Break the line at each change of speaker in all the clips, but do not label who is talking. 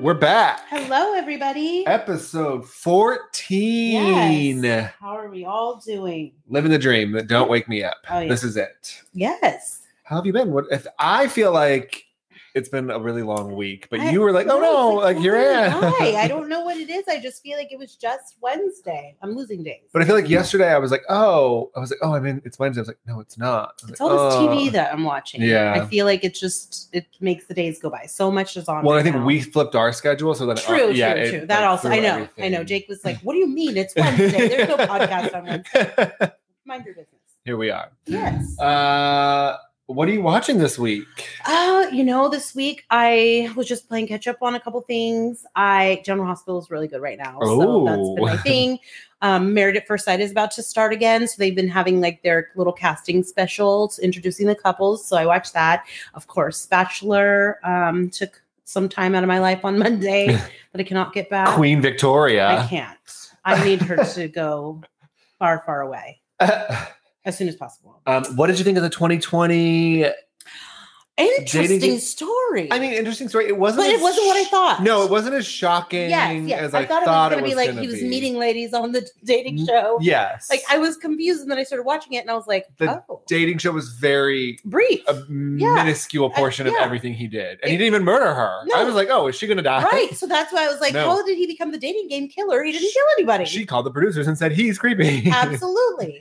We're back.
Hello, everybody.
Episode 14.
Yes. How are we all doing?
Living the dream that don't wake me up.
Oh, yeah.
This is it.
Yes.
How have you been? What if I feel like it's been a really long week, but
I-
you were like,
I
oh
was
no, like
oh
here I
my
am.
God, I don't know what it is. I just feel like it was just Wednesday. I'm losing days.
But I feel like yesterday I was like, oh, I was like, oh, I mean, it's Wednesday. I was like, no, it's not. I was
it's
like,
all this
oh.
TV that I'm watching.
Yeah.
I feel like it just it makes the days go by. So much is on.
Well,
right
I think
now.
we flipped our schedule so that
True, true,
yeah,
true. That also, I know, I know. Jake was like, "What do you mean? It's Wednesday. There's no podcast on Wednesday.
Wednesday.
Mind your business."
Here we are.
Yes.
Uh, what are you watching this week?
Uh, you know, this week I was just playing catch up on a couple things. I General Hospital is really good right now, so that's been my
Oh.
thing. Um, Married at First Sight is about to start again, so they've been having like their little casting specials introducing the couples. So I watched that. Of course, Bachelor um, took some time out of my life on Monday that I cannot get back.
Queen
I
Victoria.
can't. I need her to go far, far away as soon as possible.
um, what did you think of the 2020?
Interesting
Dating-
story.
I mean, interesting story. It wasn't.
but it
as
wasn't what I
sh-
thought.
No, it wasn't as shocking
Yes, yes.
as
I,
I,
thought, it was
going to
be like he was
be.
meeting ladies on the dating
Mm,
show.
Yes,
Like I was confused, and then I started watching it, and I was like,
The uh,
"Oh,
dating show was very
brief,
a minuscule portion of
yeah.
everything he did, and
It-
he didn't even murder her. I
No.
was like, oh, is she going to die?
right?" So that's why I was like,
No.
"How did he become the dating game killer? He didn't kill anybody."
She called the producers and said he's creepy.
Absolutely,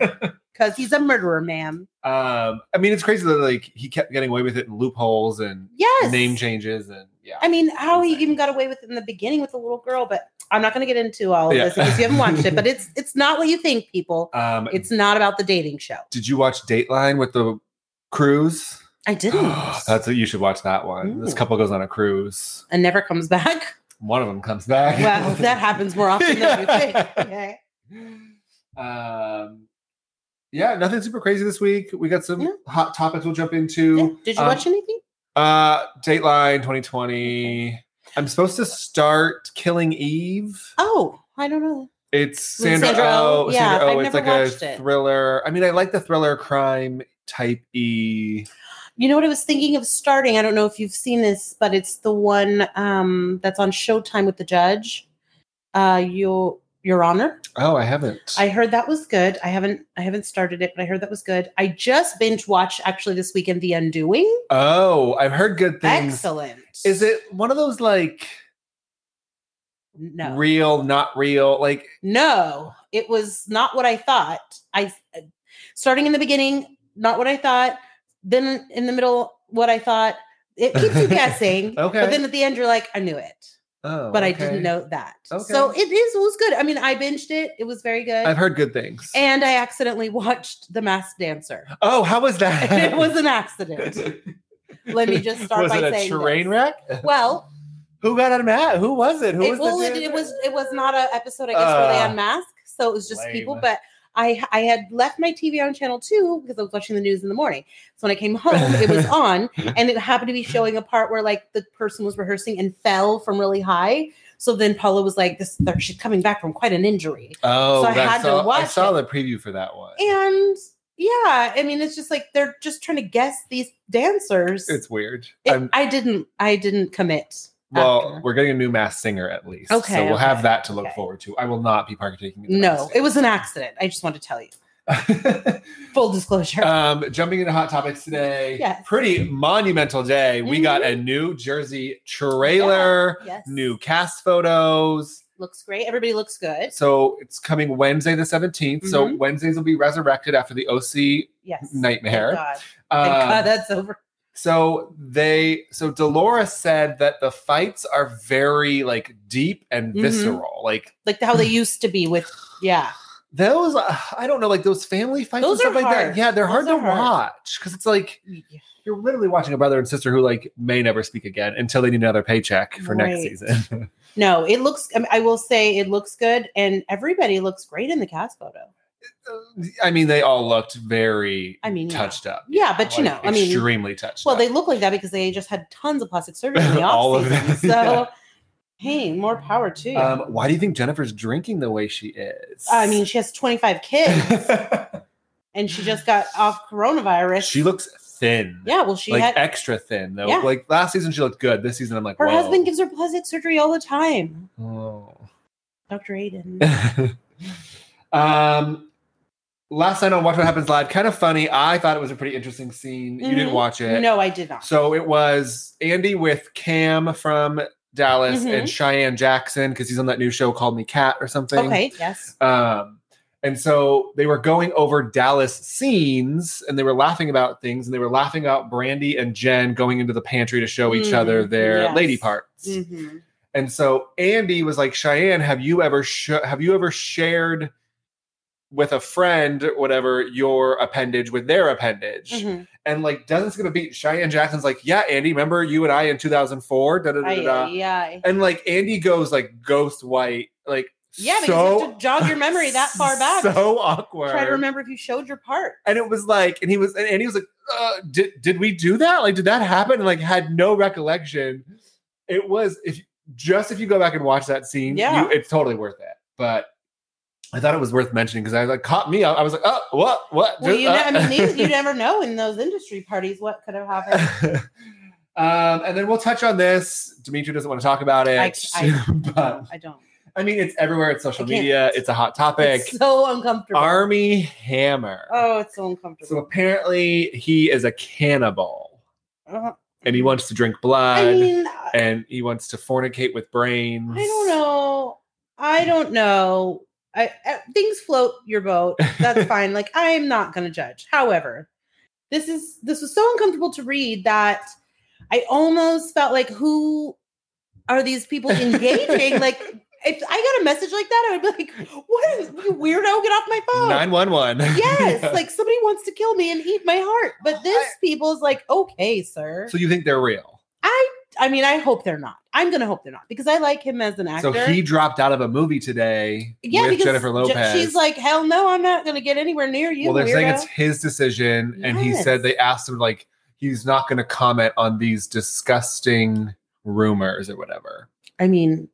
because he's a murderer, ma'am.
um, I mean, it's crazy that like he kept getting away with it in loopholes and
Yes,
name changes and yeah.
I mean, how he
Insane.
even got away with it in the beginning with the little girl, but I'm not going to get into all of
Yeah.
this because you haven't watched it. But it's it's not what you think, people.
Um,
It's not about the dating show.
did you watch Dateline with the cruise?
I didn't.
That's what you should watch that one. This
Ooh.
couple goes on a cruise.
and never comes back.
One of them comes back.
Well, that happens more often than you think. Okay.
um, yeah, nothing super crazy this week. We got some
Yeah.
hot topics we'll jump
Yeah.
into.
Did you
Um,
watch anything?
Uh, Dateline 2020. I'm supposed to start Killing Eve.
Oh, I don't know.
It's
With
Sandra,
Sandra Oh,
Oh.
yeah,
Sandra
I've
Oh. It's
never
like a
watched it.
thriller. I mean, I like the thriller crime type E.
You know what I was thinking of starting? I don't know if you've seen this, but it's the one um, that's on Showtime with the judge. Uh, your Your Honor.
Oh, I haven't.
I heard that was good. I haven't I haven't started it, but I heard that was good. I just binge watched actually this weekend The Undoing.
oh, I've heard good things.
Excellent.
Is it one of those like
no
real, not real? Like,
no? It was not what I thought. I uh, starting in the beginning, not what I thought. Then in the middle, what I thought. It keeps you guessing.
Okay.
But then at the end, you're like, I knew it,
oh,
but I
okay.
didn't know that.
Okay.
So it is it was good. I mean, I binged it. It was very good.
I've heard good things.
and I accidentally watched The Masked Dancer.
oh, how was that?
it was an accident. Let me just start
was
by
it a
saying
train
this.
wreck?
Well,
Who got unmasked? Who was it? Who
it,
was
well,
the
it,
dude?
it was it was not an episode, I guess, where they
Uh,
unmask. So it was just
lame.
people. But I I had left my TV on channel two because I was watching the news in the morning. So when I came home, it was on, and it happened to be showing a part where like the person was rehearsing and fell from really high. So then Paula was like, "This they're- she's coming back from quite an injury,"
Oh,
So I
that-
had to
saw- I
watch
saw
it.
the preview for that one.
and yeah, I mean, it's just like they're just trying to guess these dancers.
It's weird.
It-
I'm,
I didn't. I didn't commit.
well,
after.
we're getting a new mass singer at least.
Okay,
So we'll
okay,
have that to look
okay.
forward to. I will not be partaking in the
No, it was an accident. I just want to tell you.
it
Full disclosure.
um, jumping into hot topics today.
Yes. Mm-hmm.
Pretty monumental day. We got a new Jersey trailer,
yes.
new cast photos.
Looks great. Everybody looks good.
So it's coming Wednesday the 17th. So
Mhm.
Wednesdays will be resurrected after the OC
Yes.
nightmare.
Thank God.
Um,
Thank God that's over.
So they so Dolores said that the fights are very like deep and
Mhm.
visceral. Like
Like how they used to be with, yeah.
those uh, I don't know, like those family fights
Those
and
are
stuff like that.
hard.
Yeah, they're hard
Those
to
are hard.
watch because it's like you're literally watching a brother and sister who like may never speak again until they need another paycheck for next
Right.
season.
No, it looks, I, mean, I will say it looks good. And everybody looks great in the cast photo.
I mean, they all looked very
I mean, yeah.
touched up.
Yeah, but you
Like,
know, I mean,
extremely touched.
well,
up.
they look like that because they just had tons of plastic surgery in the off
All of them,
So,
yeah.
hey, more power to you.
Um, why do you think Jennifer's drinking the way she is?
I mean, she has 25 kids and she just got off coronavirus.
she looks thin.
yeah, well, she
like
had
extra thin though.
Yeah.
Like last season, she looked good. This season, I'm like,
her
Whoa.
husband gives her plastic surgery all the time.
Oh.
Dr. Aiden.
um, last night on Watch What Happens Live, kind of funny. I thought it was a pretty interesting scene. You didn't
Mhm.
watch it,
no, I did not.
So it was Andy with Cam from Dallas
Mhm.
and Cheyenne Jackson because he's on that new show called Me Cat or something.
Okay, yes.
Um, and so they were going over Dallas scenes and they were laughing about things and they were laughing about Brandy and Jen going into the pantry to show each
Mhm,
other their
yes.
lady parts.
hmm
And so Andy was like, Cheyenne, have you ever sh- have you ever shared with a friend, whatever, your appendage with their appendage?
hmm
And like doesn't skip a beat. Cheyenne Jackson's like, yeah, Andy, remember you and I in 2004? Da, da, da, da, da. And like Andy goes like ghost white, like
Yeah, because
so,
you have to jog your memory that far back.
So awkward.
Try to remember if you showed your part.
And it was like, and he was, and Andy was like, uh, did did we do that? Like, did that happen? And like had no recollection. It was if just if you go back and watch that scene,
Yeah.
you, it's totally worth it. But I thought it was worth mentioning because I like caught me. I, I was like, oh, what, what?
Well, you know,
uh,
I mean, these, you never know in those industry parties what could have happened.
um, and then we'll touch on this. Dimitri doesn't want to talk about it.
I- I-
but
No, I don't.
I mean, it's everywhere. It's social
I can't.
media. It's a hot topic.
It's so uncomfortable.
Army Hammer.
oh, it's so
So
uncomfortable.
apparently, he is a cannibal,
Uh,
and he wants to drink blood,
I mean, I
and he wants to fornicate with brains.
I don't know. I don't know. I, I- things float your boat. That's fine. Like I am not going to judge. However, this is this was so uncomfortable to read that I almost felt like who are these people engaging? like if I got a message like that, I would be like, "What is you weirdo? Get off my phone!"
Nine one one.
yes, like somebody wants to kill me and eat my heart. But this
I-
people is like, okay, sir.
So you think they're real?
I I mean, I hope they're not. I'm gonna hope they're not because I like him as an actor.
So he dropped out of a movie today
yeah,
with
because
Jennifer
Je-
Lopez.
she's like, hell no, I'm not gonna get anywhere near you.
well, they're saying
weirdo."
it's his decision, and he
Yes.
said they asked him like he's not going to comment on these disgusting rumors or whatever.
I mean,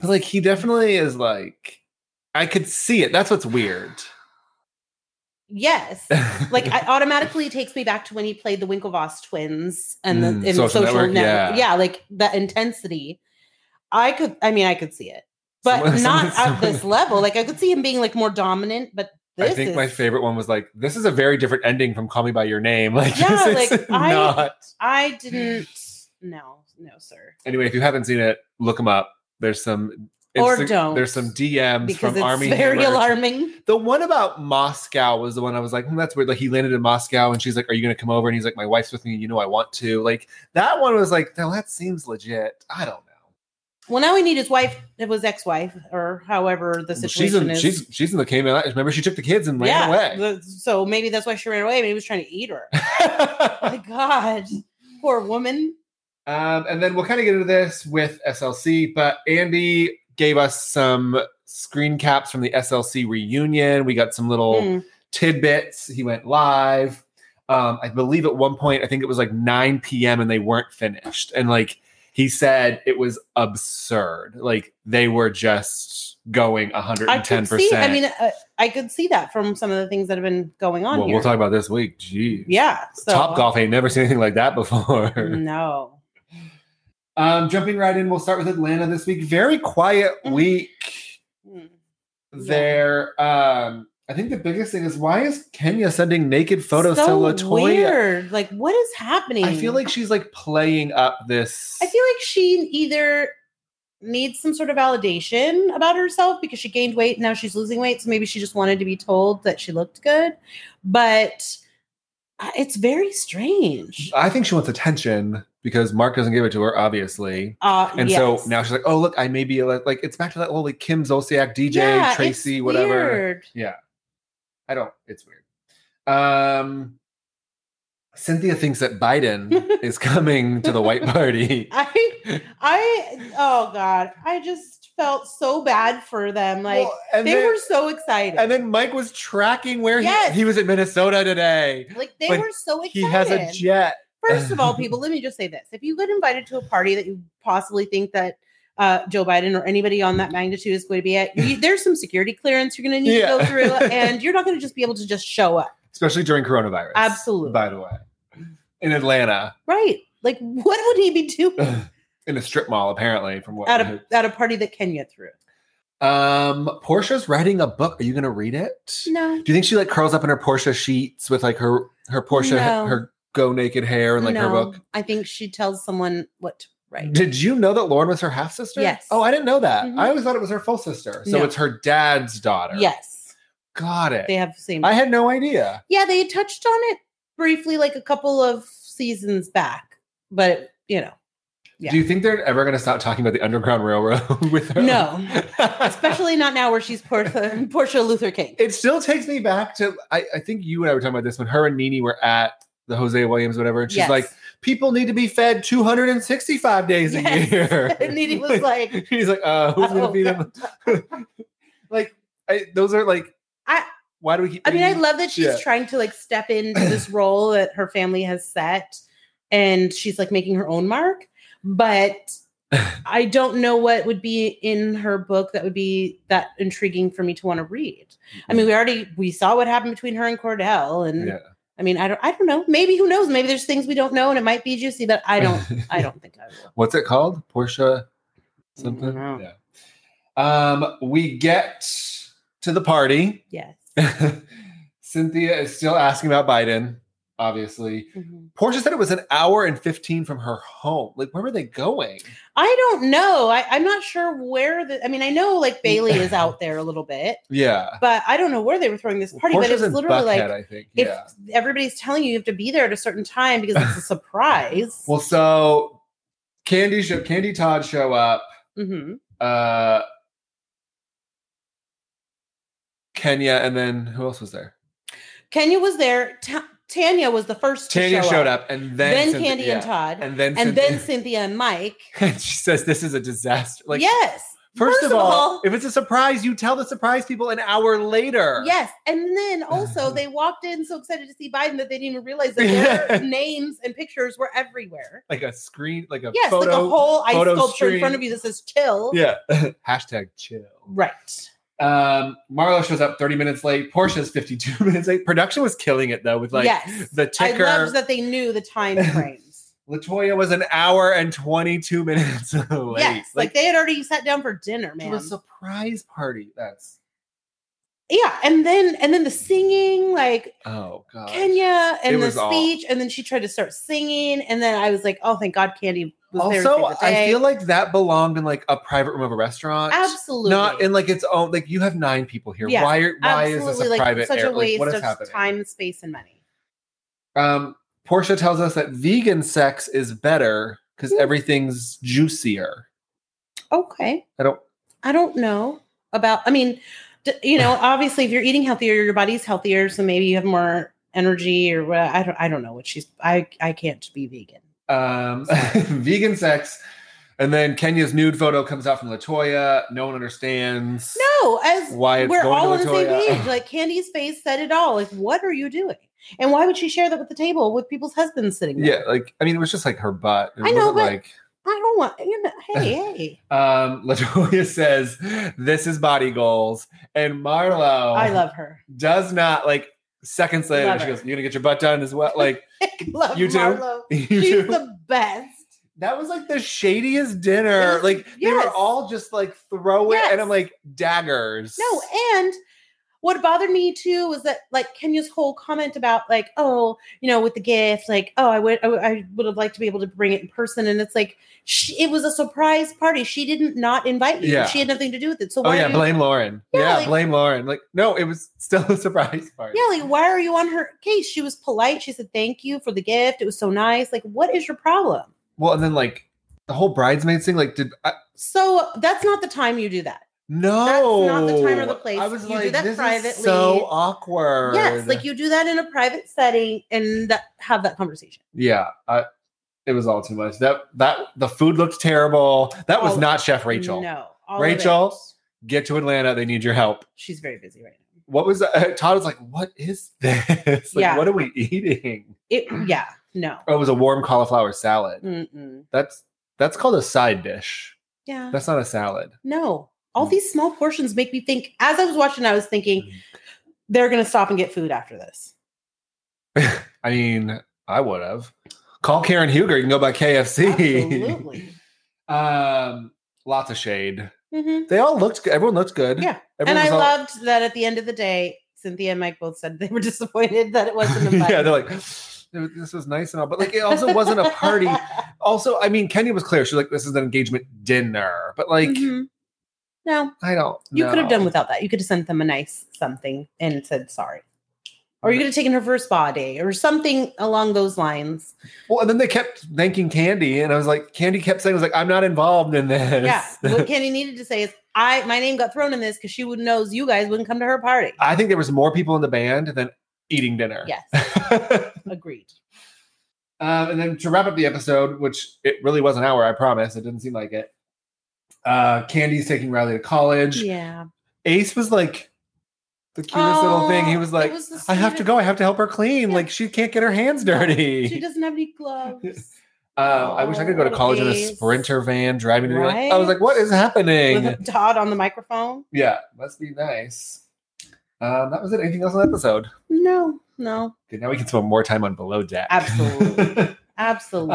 But like he definitely is like I could see it. That's what's weird.
yes. like I automatically takes me back to when he played the Winklevoss twins and the
Mm,
in
Social
social,
Network,
network.
yeah.
Yeah. like the intensity. I could I mean I could see it. But
Someone-
not
someone-
at this level. Like I could see him being like more dominant, but this
I think
is
my favorite one was like, "This is a very different ending from Call Me by Your Name." Like,
Yeah,
this is
like, I-
not.
I didn't. No, no, sir.
Anyway, if you haven't seen it, look them up. There's some
Or
Insta-
don't,
There's some DMs
Because
from
it's
Army.
very
Hammer.
alarming.
The one about Moscow was the one I was like, hmm, "That's weird." Like he landed in Moscow, and she's like, "Are you going to come over?" And he's like, "My wife's with me. You know, I want to." Like that one was like, "No, that seems legit." I don't know.
Well, now we need his wife, it was ex-wife, or however the
She's
situation
in,
is.
she's she's in the Cayman. Islands. Remember, she took the kids and ran
yeah.
away.
the- so maybe that's why she ran away. Maybe he was trying to eat her. Oh My God, poor woman.
Um, and then we'll kind of get into this with SLC, but Andy gave us some screen caps from the SLC reunion. We got some little
Mm.
tidbits. He went live. Um, I believe at one point, I think it was like 9 p.m. and they weren't finished. And like he said, it was absurd. Like they were just going 110%.
I could see. I mean, uh, I could see that from some of the things that have been going on
well,
here.
we'll talk about this week. Jeez.
yeah. So, Hmm.
Top Golf ain't never seen anything like that before.
No.
Um, jumping right in, we'll start with Atlanta this week. Very quiet
Mhm.
week
Mm.
there. Um, I think the biggest thing is why is Kenya sending naked photos
so
to Latoya?
Weird. Like, what is happening?
I feel like she's like playing up this.
I feel like she either needs some sort of validation about herself because she gained weight and now she's losing weight. So maybe she just wanted to be told that she looked good. But uh, it's very strange.
I think she wants attention because Mark doesn't give it to her, obviously.
Uh,
And
yes.
so now she's like, "Oh, look, I may be like, like it's back to that whole like Kim Zolciak, DJ
Yeah, it's
Tracy, whatever."
weird.
I don't. It's weird. Um, Cynthia thinks that Biden is coming to the white party.
I, I, oh God, I just felt so bad for them. Like
Well, and
they
then-
were so excited.
And then Mike was tracking where
Yes.
he he was in Minnesota today.
like they
but
were so excited.
He has a jet.
First of all, people, let me just say this: if you get invited to a party that you possibly think that uh, Joe Biden or anybody on that magnitude is going to be at, you, there's some security clearance you're going to need
Yeah.
to go through, and you're not going to just be able to just show up.
Especially during coronavirus.
Absolutely.
By the way. In Atlanta.
Right? Like, what would he be doing
In a strip mall, apparently, from what
at a at a party that can get through?
um Portia's writing a book. Are you gonna read it?
No,
Do you think she like curls up in her Portia sheets with like her her Portia
No.
her go naked hair and like
no.
her book?
I think she tells someone what to write.
Did you know that Lauren was her half sister?
Yes.
Oh, I didn't know that.
Mhm.
I always thought it was her full sister. So
No.
it's her dad's daughter.
Yes,
Got it.
they have the same.
I had no idea.
yeah, they touched on it briefly, like a couple of seasons back, but you know, Yeah.
Do you think they're ever going to stop talking about the Underground Railroad with her?
no. especially not now where she's Portia, Portia Luther King.
it still takes me back to, I, I think you and I were talking about this when her and Nene were at the Jose Williams, whatever. And she's
Yes.
like, people need to be fed 265 days a
Yes.
year.
and Nene was like,
he's like, uh, who's going to
Oh,
feed them? like, I, those are like,
I-
why do we keep?
I mean, I
eating-
love that she's
Mm-hmm. Yeah.
trying to like step into this role that her family has set, and she's like making her own mark. But I don't know what would be in her book that would be that intriguing for me to want to read. I mean, we already we saw what happened between her and Cordell, and
Mm-hmm. Yeah.
I mean, I don't, I don't know. Maybe who knows? Maybe there's things we don't know, and it might be juicy. But I don't, I don't think I will.
what's it called? Portia something?
don't
Yeah. Um, we get to the party.
Yes.
Cynthia is still asking about Biden, obviously.
Mhm.
Portia said it was an hour and 15 from her home. Like, where were they going?
I don't know. I, I'm not sure where the. I mean, I know like Bailey is out there a little bit,
Yeah.
but I don't know where they were throwing this party.
Portia's
but it's
in
literally like
Buckhead, I think.
if
yeah.
everybody's telling you you have to be there at a certain time because it's a surprise.
Well, so Candy show Candy Todd show up.
Mhm.
Uh Kenya and then who else was there?
Kenya was there. Ta- Tanya was the first. to
Tanya
show
showed
up.
up and then,
Then,
Cynthia-
Candy
yeah.
and Todd, and,
and then
then
Cynthia-
Cynthia and Mike.
and she says this is a disaster. Like
yes.
first, of, all, if it's a surprise, you tell the surprise people an hour later.
Yes. And then also they walked in so excited to see Biden that they didn't even realize that their names and pictures were everywhere.
Like a screen, like a
Yes,
photo.
like a whole ice
photo
sculpture in
stream.
front of you that says chill.
yeah. Hashtag chill.
Right.
Um, Marlo shows up 30 minutes late. Portia's 52 minutes late. Production was killing it though, with like
yes.
the ticker.
I loved that they knew the time frames.
Latoya was an hour and 22 minutes late.
yes. Like, they had already sat down for dinner,
to
man.
a surprise party. That's
yeah. And then and then the singing, like
oh god.
Kenya
It
and the
was all-
speech, and then she tried to start singing. And then I was like, oh thank God Candy was there. to
also,
save the
I
day.
feel like that belonged in like a private room of a restaurant.
absolutely
Not in like its own. Like you have nine people here.
Yeah,
why? Are, why is
absolutely
this a
like
private?
such
area?
a
Like,
waste
what is
of
happening?
time, space, and money.
Um, Portia tells us that vegan sex is better because
Hmm.
everything's juicier.
Okay.
I don't.
I don't know about. I mean, d- you know, obviously, if you're eating healthier, your body's healthier, so maybe you have more energy or what. I don't. I don't know what she's. I I can't be vegan.
Um, vegan sex, and then Kenya's nude photo comes out from Latoya. No one understands.
No, as
Why it's
we're
going
all on
to
the same
Latoya.
page. Like Candy's face said it all. Like, what are you doing? And why would she share that with the table with people's husbands sitting there?
Yeah, like I mean, it was just like her butt. It
I know,
wasn't
but-
like
I don't want. You know, hey, hey.
um, Latoya says, "This is body goals," and Marlo,
I love her.
does not like seconds later.
Love
she
her.
goes, "You're gonna get your butt done as well." Like
love
You do?
Marlo.
you
She's
do.
the best.
that was like the shadiest dinner.
Yes.
Like they were
Yes.
all just like throw it,
Yes.
and I'm like daggers.
No, and what bothered me too was that like Kenya's whole comment about like, oh, you know, with the gift, like, oh, I would, I would, I would have liked to be able to bring it in person, and it's like, she, it was a surprise party. She didn't not invite you.
Yeah.
She had nothing to do with it. So
oh
why?
yeah,
are you,
blame Lauren. Yeah,
Yeah, like-
blame Lauren. Like no, it was still a surprise party.
yeah, like why are you on her case? She was polite. She said thank you for the gift. It was so nice. Like, what is your problem?
Well, and then like the whole bridesmaids thing. Like, did I,
So that's not the time you do that.
No,
not the time or the place.
I was
You do
like,
that
this is
privately.
so awkward.
Yes, like you do that in a private setting and that, have that conversation.
yeah, I, it was all too much. That that the food looked terrible. That was
All-
not Chef Rachel.
No. all of
Rachel?
it.
Get to Atlanta. They need your help.
She's very busy right now.
What was that? Todd was like, "What is this? like,
Yeah.
what are we eating?"
It yeah, no.
Oh, it was a warm cauliflower salad.
Mm-mm.
That's that's called a side dish.
Yeah.
That's not a salad.
No.
Mm.
All these small portions make me think as I was watching, I was thinking they're gonna stop and get food after this.
I mean, I would have. Call Karen Huger. You can go by KFC.
Absolutely.
um, lots of shade.
hmm
They all looked. good. Everyone looked good.
Yeah.
Everyone
And I
was all-
loved that at the end of the day, Cynthia and Mike both said they were disappointed that it wasn't a
yeah,
button.
they're like, this was nice and all, but like it also wasn't a party. Also, I mean, Kenya was clear. She's like, this is an engagement dinner, but like,
Mhm. No,
I don't.
you could have
know.
done without that. You could have sent them a nice something and said sorry. Or you could have taken her for a spa day or something along those lines.
Well, and then they kept thanking Candy, and I was like, Candy kept saying, "Was like, I'm not involved in this."
Yeah. What Candy needed to say is, I my name got thrown in this because she would knows you guys wouldn't come to her party.
I think there was more people in the band than eating dinner.
Yes, agreed.
Um, and then to wrap up the episode, which it really was an hour, I promise. It didn't seem like it. Uh, Candy's taking Riley to college.
Yeah.
Ace was like the cutest little thing. He
Oh,
was
it
like,
the
I have to
sweetest-
go. I have to help her clean.
Yeah.
Like she can't get her hands
No, She
dirty.
doesn't have any gloves.
Um, I wish I could go to
Oh,
college in a
Ace.
sprinter van driving. to Like, I was
Right?
like, what is happening?
With Todd on the microphone?
yeah, must be nice. Um, that was it. Anything else on the episode?
No, no.
Okay, now we can spend more time on below deck.
Absolutely. Absolutely.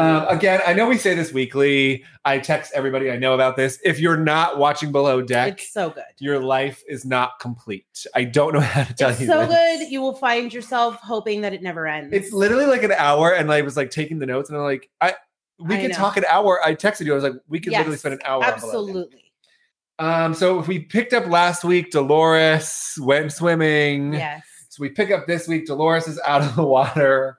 Um, again, I know we say this weekly. I text everybody I know about this. If you're not watching Below Deck,
it's so good.
your life is not complete. I don't know how to tell
It's
you.
so
this.
good. You will find yourself hoping that it never ends.
It's literally like an hour, and I was like taking the notes, and I'm like, I we
I
could
know.
talk an hour. I texted you. I was like, we could literally
Yes,
spend an hour. on Below Deck.
Absolutely.
Um, so if we picked up last week, Dolores went swimming.
Yes.
So we pick up this week. Dolores is out of the water.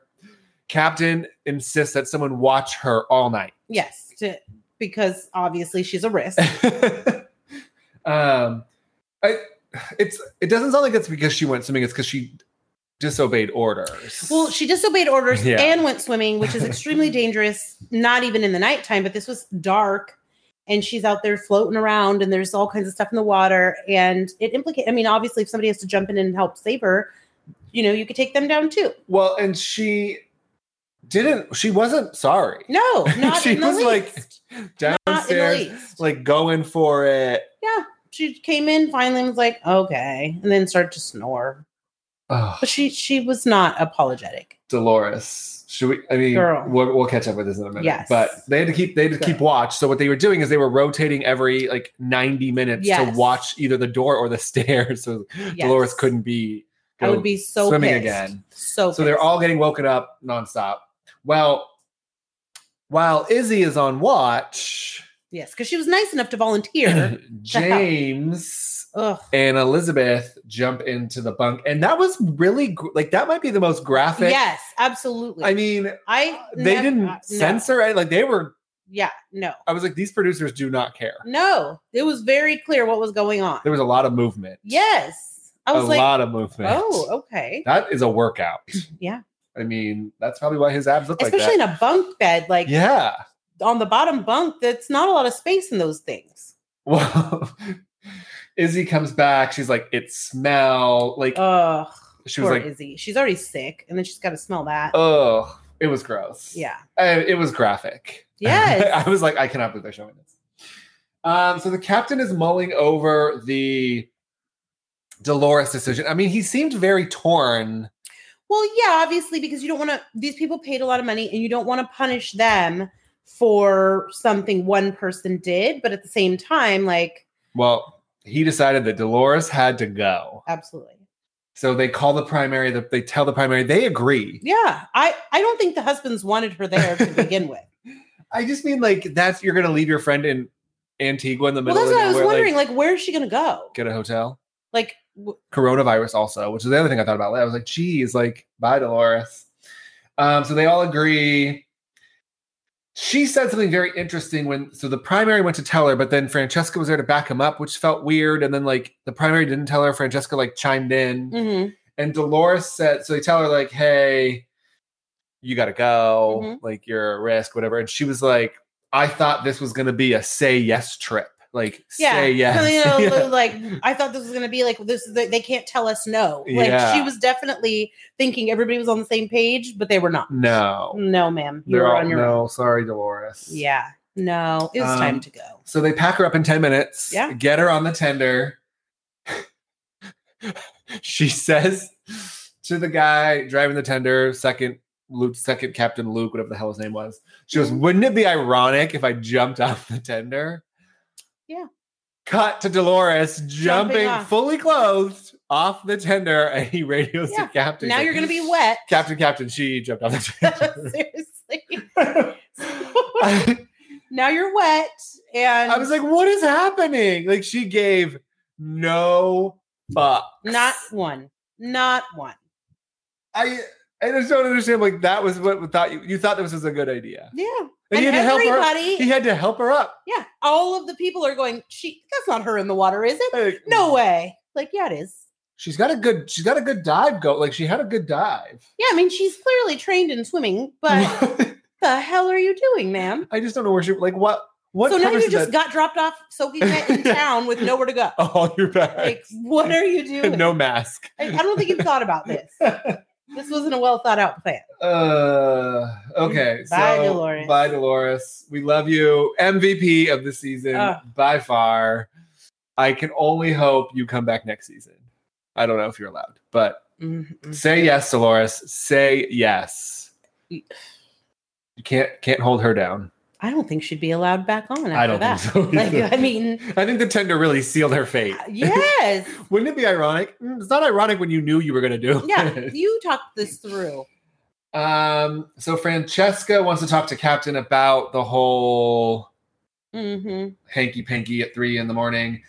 Captain insists that someone watch her all night.
Yes. To, because obviously she's a risk.
um, I it's it doesn't sound like it's because she went swimming. It's because she disobeyed orders.
Well, she disobeyed orders
Yeah.
and went swimming, which is extremely dangerous, not even in the nighttime, but this was dark and she's out there floating around and there's all kinds of stuff in the water. And it implicates, I mean, obviously, if somebody has to jump in and help save her, you know, you could take them down too.
well, and she didn't. She wasn't sorry.
No, not
She
in the
was, like,
least. not in the
Downstairs,
least.
like going for it.
she came in finally and was like, okay, and then started to snore.
Oh,
But she she was not apologetic.
Dolores. Should we? I mean,
Girl.
We'll, we'll catch up with this in a minute.
Yes.
But they had to keep they had to
Girl.
keep watch. So what they were doing is they were rotating every like ninety minutes
Yes.
to watch either the door or the stairs. So
Yes.
Dolores couldn't be.
I would
go
be so
swimming
pissed.
again.
So
So they're
pissed.
all getting woken up nonstop. Well, while Izzy is on watch,
yes, because she was nice enough to volunteer.
James
Ugh.
and Elizabeth jump into the bunk. And that was really gr- like that might be the most graphic.
Yes, absolutely.
I mean,
I
they
nev-
didn't
uh, no.
censor it. Like they were
Yeah, no,
I was like these producers do not care.
no. It was very clear what was going on.
There was a lot of movement.
Yes, I was
a
like,
lot of movement.
oh, okay.
That is a workout.
Yeah.
I mean, that's probably why his abs look like
Especially
that.
in a bunk bed, like
yeah.
on the bottom bunk, that's not a lot of space in those things.
Well, Izzy comes back. She's like, it smell. Like,
Ugh,
she was
Oh, poor
like,
Izzy. She's already sick, and then she's got to smell that.
oh, it was gross.
yeah.
Uh, it was graphic.
Yes.
I was like, I cannot believe they're showing this. Um, so the captain is mulling over the Dolores decision. I mean, he seemed very torn.
Well, yeah, obviously, because you don't want to, these people paid a lot of money and you don't want to punish them for something one person did. But at the same time, like,
Well, he decided that Dolores had to go.
absolutely.
So they call the primary, the, they tell the primary, they agree.
Yeah. I, I don't think the husbands wanted her there to begin with.
I just mean, like, that's you're going to leave your friend in Antigua in the
well,
middle
that's
of
what I was
nowhere, like,
wondering. Like, where is she going to go?
get a hotel.
Like, w-
coronavirus also, which is the other thing I thought about. I was like, geez, like, bye, Dolores. Um, so they all agree. she said something very interesting when so the primary went to tell her, but then Francesca was there to back him up, which felt weird. And then like the primary didn't tell her, Francesca like chimed in.
Mhm.
And Dolores said, so they tell her, like, hey, you gotta go,
Mhm.
like you're a risk, whatever. And she was like, I thought this was gonna be a say yes trip. Like
Yeah.
say yes.
Something, you know,
Yeah.
Like I thought this was gonna be like this. Is the, they can't tell us no. Like
Yeah.
she was definitely thinking everybody was on the same page, but they were not.
No.
No, ma'am. You
They're
were
all,
on your own.
no, sorry, Dolores.
Yeah. No, it was
Um,
time to go.
So they pack her up in 10 minutes.
Yeah.
Get her on the tender. she says to the guy driving the tender, second Luke, second Captain Luke, whatever the hell his name was. She
Mm-hmm.
goes, Wouldn't it be ironic if I jumped off the tender?
Yeah.
Cut to Dolores jumping,
Jumping off.
fully clothed off the tender, and he radios
Yeah.
to Captain.
Now
He's
you're
like,
gonna be wet.
Captain, Captain, she jumped off the
Seriously.
tender. I-
now you're wet, and
I was like, what is happening? Like she gave no fuck.
not one, not one.
I I just don't understand. Like that was what we thought you you thought this was a good idea.
Yeah.
And he
And
had to help her.
everybody,
He had to help her up.
yeah, all of the people are going. She, that's not her in the water, is it?
Like,
No way. Like, yeah, it is.
She's got a good she's got a good dive go. Like she had a good dive.
Yeah, I mean, she's clearly trained in swimming, but the hell are you doing, ma'am?
I just don't know where she like what what
so now
covers
you just
that-
got dropped off soaking wet in
Yeah.
town with nowhere to go.
all your
Like,
bags.
what are you doing?
no mask.
I, I don't think you thought about this. This wasn't a well thought out plan.
Uh okay.
Bye,
so,
Dolores.
Bye, Dolores. We love you. MVP of the season
Ugh.
by far. I can only hope you come back next season. I don't know if you're allowed, but
Mhm.
say yes, Dolores. Say yes.
Y-
You can't can't hold her down.
I don't think she'd be allowed back on after
I don't
that.
think so.
Like,
either.
I mean,
I think the tender really sealed her fate.
yes.
Wouldn't it be ironic? Mm, It's not ironic when you knew you were going to do.
Yeah,
it.
you talked this through.
Um. So Francesca wants to talk to Captain about the whole
hmm
hanky panky at three in the morning.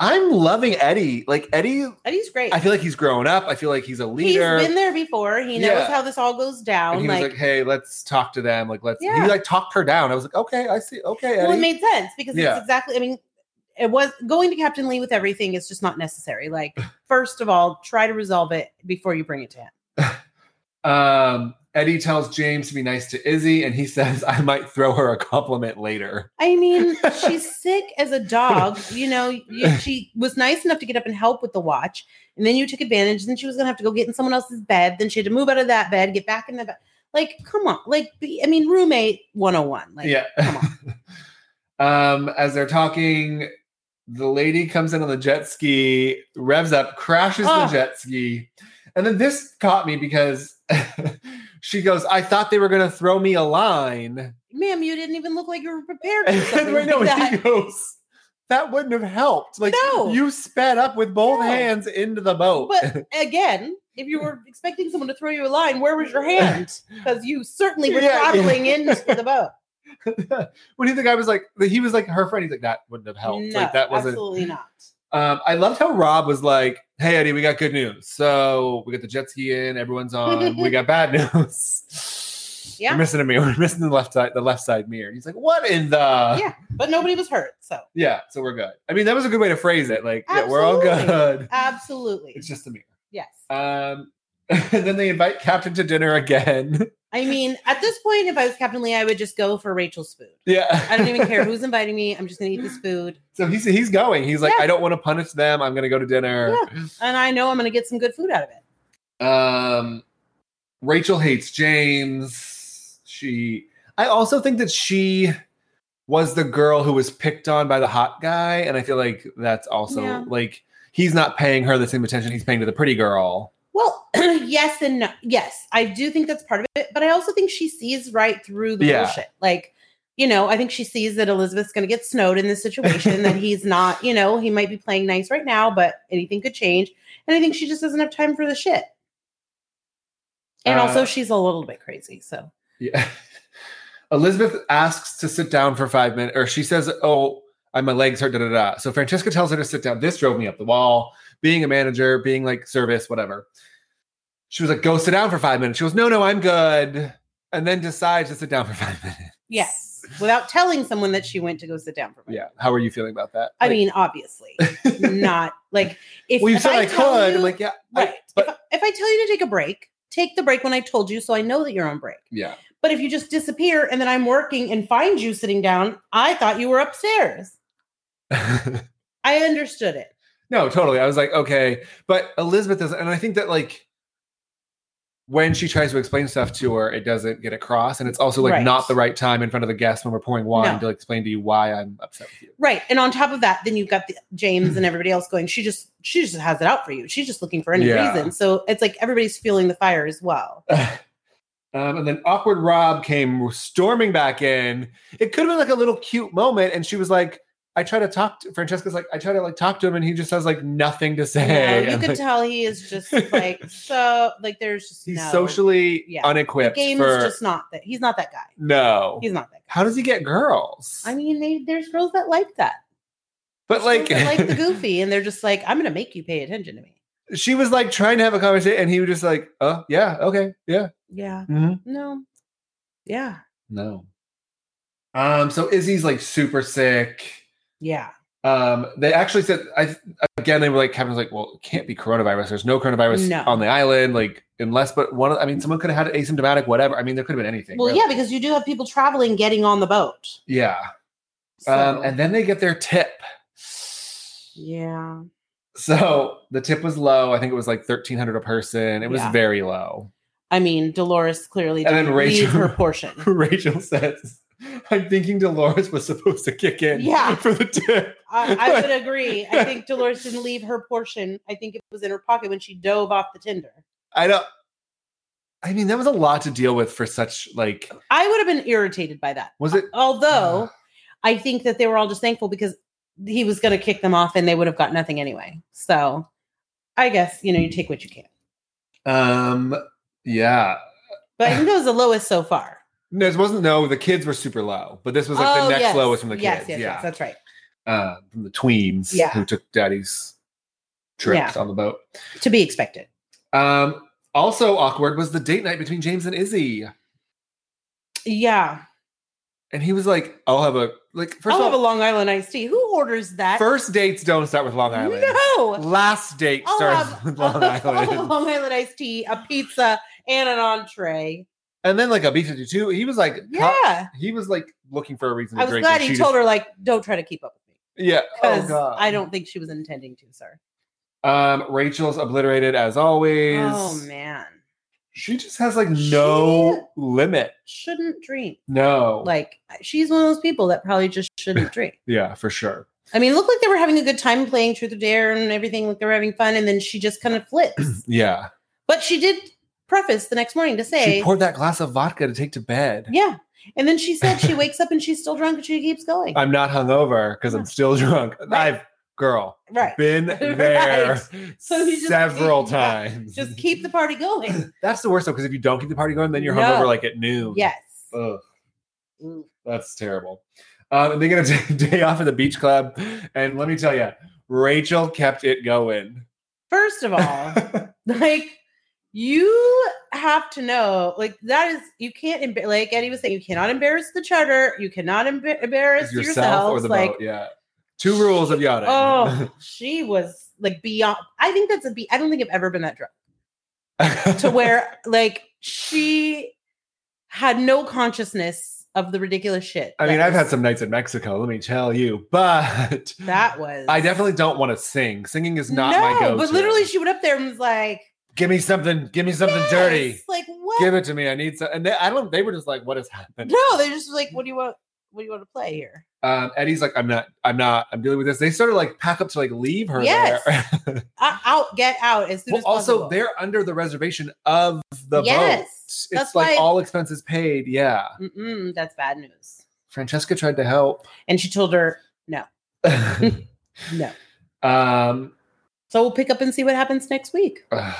I'm loving Eddie. Like Eddie,
And he's great.
I feel like he's grown up. I feel like he's a leader.
He's been there before. He knows
Yeah.
how this all goes
and
down.
he was
Like,
like, "Hey, let's talk to them. Like, let's."
Yeah.
He like talked her down. I was like, "Okay, I see. Okay, Eddie."
well, it made sense because
Yeah.
it's exactly. I mean, it was going to Captain Lee with everything is just not necessary. Like, first of all, try to resolve it before you bring it to him.
um, Eddie tells James to be nice to Izzy, and he says, "I might throw her a compliment later."
I mean, she's sick as a dog. You know, you, she was nice enough to get up and help with the watch, and then you took advantage. Then she was gonna have to go get in someone else's bed. Then she had to move out of that bed, get back in the bed. Like, come on. Like, be- I mean, roommate 101. Like,
yeah.
come on.
Um, as they're talking, the lady comes in on the jet ski, revs up, crashes
Ah.
the jet ski. And then this caught me because she goes, I thought they were going to throw me a line.
ma'am, you didn't even look like you were prepared
And
for
then
something
right now
like
he
that.
goes, That wouldn't have helped. Like,
No.
you sped up with both
No.
hands into the boat.
But again, if you were expecting someone to throw you a line, where was your hand? Because you certainly were
Yeah.
toddling into the boat.
when he, the guy was like, he was like her friend, he's like, That wouldn't have helped.
No,
like, that wasn't.
absolutely not.
Um, I loved how Rob was like, "Hey Eddie, we got good news. So we got the jet ski in. Everyone's on. we got bad news.
Yeah.
we're missing a mirror. We're missing the left side. The left side mirror." He's like, "What in the?
Yeah. But nobody was hurt, so
Yeah, So we're good. I mean, that was a good way to phrase it. Like, yeah, we're all
Absolutely.
good.
absolutely,
It's just a mirror.
yes.
Um, and then they invite Captain to dinner again.
I mean, at this point, if I was Captain Lee, I would just go for Rachel's food.
yeah.
I don't even care who's inviting me. I'm just gonna eat this food,
so he's he's going. He's like,
Yeah.
"I don't want to punish them. I'm gonna go to dinner."
and I know I'm gonna get some good food out of it.
Um, Rachel hates James. She. I also think that she was the girl who was picked on by the hot guy, and I feel like that's also
Yeah.
like he's not paying her the same attention he's paying to the pretty girl.
Well, yes and no. Yes, I do think that's part of it, but I also think she sees right through the
Yeah.
bullshit. Like, you know, I think she sees that Elizabeth's going to get snowed in this situation, that he's not, you know, he might be playing nice right now, but anything could change. And I think she just doesn't have time for the shit. And also,
Uh,
she's a little bit crazy. So,
Yeah. Elizabeth asks to sit down for five minutes, or she says, "Oh, I, my legs hurt." Da da da. So Francesca tells her to sit down. This drove me up the wall. Being a manager, being like service, whatever. She was like, "Go sit down for five minutes." She goes, "No, no, I'm good," and then decides to sit down for five minutes.
Yes. Without telling someone that she went to go sit down for a minute.
Yeah. How are you feeling about that?
I mean, obviously, not like if,
well, you
if
said I,
tell
could.
you-
I'm like, yeah, I-
right.
but
if, if I tell you to take a break, take the break when I told you so I know that you're on break.
yeah,
But if you just disappear and then I'm working and find you sitting down, I thought you were upstairs. I understood it.
no, totally. I was like, okay, but Elizabeth doesn't, and I think that like when she tries to explain stuff to her, it doesn't get across, and it's also like
Right.
not the right time in front of the guests when we're pouring wine
No.
to like, explain to you why I'm upset with you.
Right. And on top of that, then you've got the James and everybody else going, she just she just has it out for you. She's just looking for any
Yeah.
reason. So it's like everybody's feeling the fire as well.
Um, and then awkward Rob came storming back in. It could have been like a little cute moment, and she was like, "I try to talk." to Francesca's like, "I try to like talk to him," and he just has like nothing to say.
you know, you
And,
could
like,
tell he is just like so like there's just
he's
no
socially
Yeah.
unequipped
game
for
is just not that he's not that guy.
no.
He's not that guy.
How does he get girls?
I mean, they, there's girls that like that.
but like,
Girls that like the goofy, and they're just like, I'm gonna make you pay attention to me.
she was like trying to have a conversation, and he was just like, "Oh yeah, okay, yeah."
Yeah.
mhm."
No. Yeah.
No. Um. So Izzy's like super sick.
Yeah.
Um, they actually said, I again, they were like, Kevin's like, well, it can't be coronavirus. There's no coronavirus
No.
on the island, like unless, but one. of- I mean, someone could have had asymptomatic, whatever. I mean, there could have been anything.
Well,
really.
yeah, because you do have people traveling, getting on the boat.
yeah.
So,
Um, and then they get their tip.
yeah.
So the tip was low. I think it was like thirteen hundred a person. It was
Yeah.
very low.
I mean, Dolores clearly
And then
didn't leave
Rachel-
her portion.
Rachel says, "I'm thinking Dolores was supposed to kick in,
Yeah.
for the tip."
I, I would agree. I think Dolores didn't leave her portion. I think it was in her pocket when she dove off the Tinder.
I don't. I mean, that was a lot to deal with for such like.
I would have been irritated by that.
Was it Uh.
Although I think that they were all just thankful because he was going to kick them off and they would have got nothing anyway. So I guess, you know, you take what you can.
Um. Yeah.
But I think that was the lowest so far.
No, it wasn't. No, the kids were super low, but this was like the next
Oh, yes.
lowest from the kids.
Yes, yes, yes,
yeah,
that's right.
uh, from the tweens
Yeah.
who took daddy's trips on the boat.
To be expected.
Um. Also awkward was the date night between James and Izzy,
Yeah.
and he was like, "I'll have a like 1st
I'll
of
have a
all,
Long Island iced tea. Who orders that?
first dates don't start with Long Island.
no.
Last date
I'll
starts
have,
with Long
I'll have
Island,
a Long Island iced tea, a pizza, and an entree.
and then like a B fifty two. He was like, co-
Yeah.
he was like looking for a reason to
I was
drink.
glad
and
he
she
told
just-
her, like, don't try to keep up with me.
yeah, oh
Because
god,
I don't think she was intending to, sir.
Um, Rachel's obliterated as always.
Oh, man.
She just has like no limit.
Shouldn't drink.
No.
Like, she's one of those people that probably just shouldn't drink.
yeah, for sure.
I mean, it looked like they were having a good time playing Truth or Dare and everything, like they were having fun, and then she just kind of flips.
Yeah.
but she did preface the next morning to say,
She poured that glass of vodka to take to bed.
Yeah. And then she said she wakes up and she's still drunk and she keeps going.
I'm not hungover because I'm still drunk.
Right.
I've girl
right.
been there
So you just
several
keep- yeah,
times.
Just keep the party going.
That's the worst though, because if you don't keep the party going, then you're
No.
hungover like at noon.
yes.
Ugh, that's terrible. Um, and they get a d- day off at the beach club, and let me tell you, Rachel kept it going.
First of all, like you have to know, like that is you can't embar- like Eddie was saying, you cannot embarrass the charter, you cannot embar- embarrass yourself. like
boat. Yeah. Two rules of yachting.
oh, she was like beyond. I think that's a B. I don't think I've ever been that drunk to where like she had no consciousness of the ridiculous shit.
I mean,
that
I've had
was-
some nights in Mexico, let me tell you, but
that was
I definitely don't want to sing. Singing is not
no,
my go-to.
but literally she went up there and was like,
give me something, give me something dirty.
"Yes," Like what?
Give it to me. I need some. And they, I don't. They were just like, "What has happened?"
no, they're just like, what do you want? What do you want to play here?
Um, Eddie's like, "I'm not. I'm not. I'm dealing with this." They started like pack up to like leave her
Yes,
there.
I- out, get out as soon
well,
as
also,
possible.
they're under the reservation of the boat.
Yes,
It's
that's
like
why-
all expenses paid. Yeah.
Mm-mm, that's bad news.
Francesca tried to help.
And she told her no.
um.
So we'll pick up and see what happens next week.
I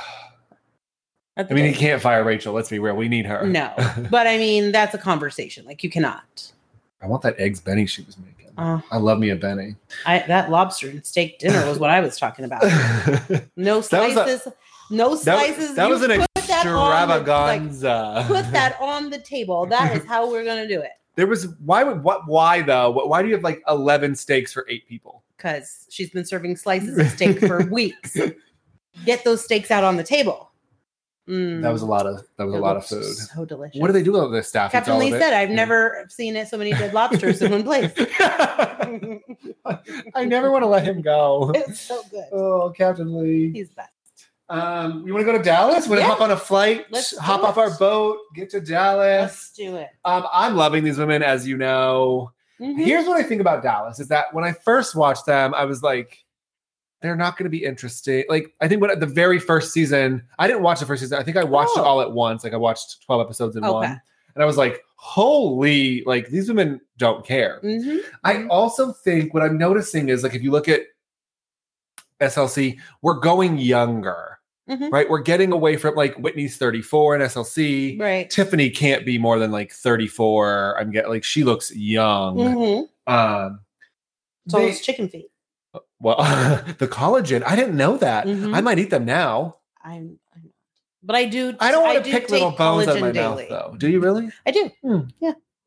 mean, he can't fire Rachel. Let's be real. We need her.
no, but I mean that's a conversation. Like you cannot.
I want that eggs Benny she was making.
Uh,
I love me a Benny.
I, that lobster and steak dinner was what I was talking about.
that,
No
That was a-
slices. no slices.
that
You
was an
put that on the- like,
extravaganza.
put that on the table. That is how we're gonna do it.
There was why would what why though? What, why do you have like eleven steaks for eight people?
because she's been serving slices of steak for weeks. Get those steaks out on the table. Mm,
That was a lot of that was
it
a lot of
looks
food.
So delicious.
What do they do with all this stuff? It's
Captain
all
Lee
of it. Mm.
said, "I've never seen it so many dead lobsters in one place."
I never want to let him go.
It's so good.
Oh, Captain Lee.
He's best.
Um, you want to go to Dallas? Want to
Yeah.
hop on a flight?
Let's do
hop
it.
off our boat. Get to
Let's
Dallas.
do it.
Um, I'm loving these women, as you know.
Mhm.
Here's what I think about Dallas: is that when I first watched them, I was like, they're not going to be interesting. Like, I think when at the very first season, I didn't watch the first season. I think I watched
Oh.
it all at once. Like, I watched 12 episodes in
Okay.
one, and I was like, holy! Like, these women don't care.
Mhm.
I
Mhm.
also think what I'm noticing is like if you look at SLC, we're going younger,
Mhm.
right? We're getting away from like Whitney's 34 in SLC.
Right.
Tiffany can't be more than like 34. I'm getting like she looks young.
Mm-hmm.
Um,
So
they-
it's chicken feet.
well, the collagen. I didn't know that.
Mhm.
I might eat them now.
I'm, I'm- but I do.
I don't want
do
to pick
take
little bones out of my
collagen
mouth
daily.
though. Do you really?
I do.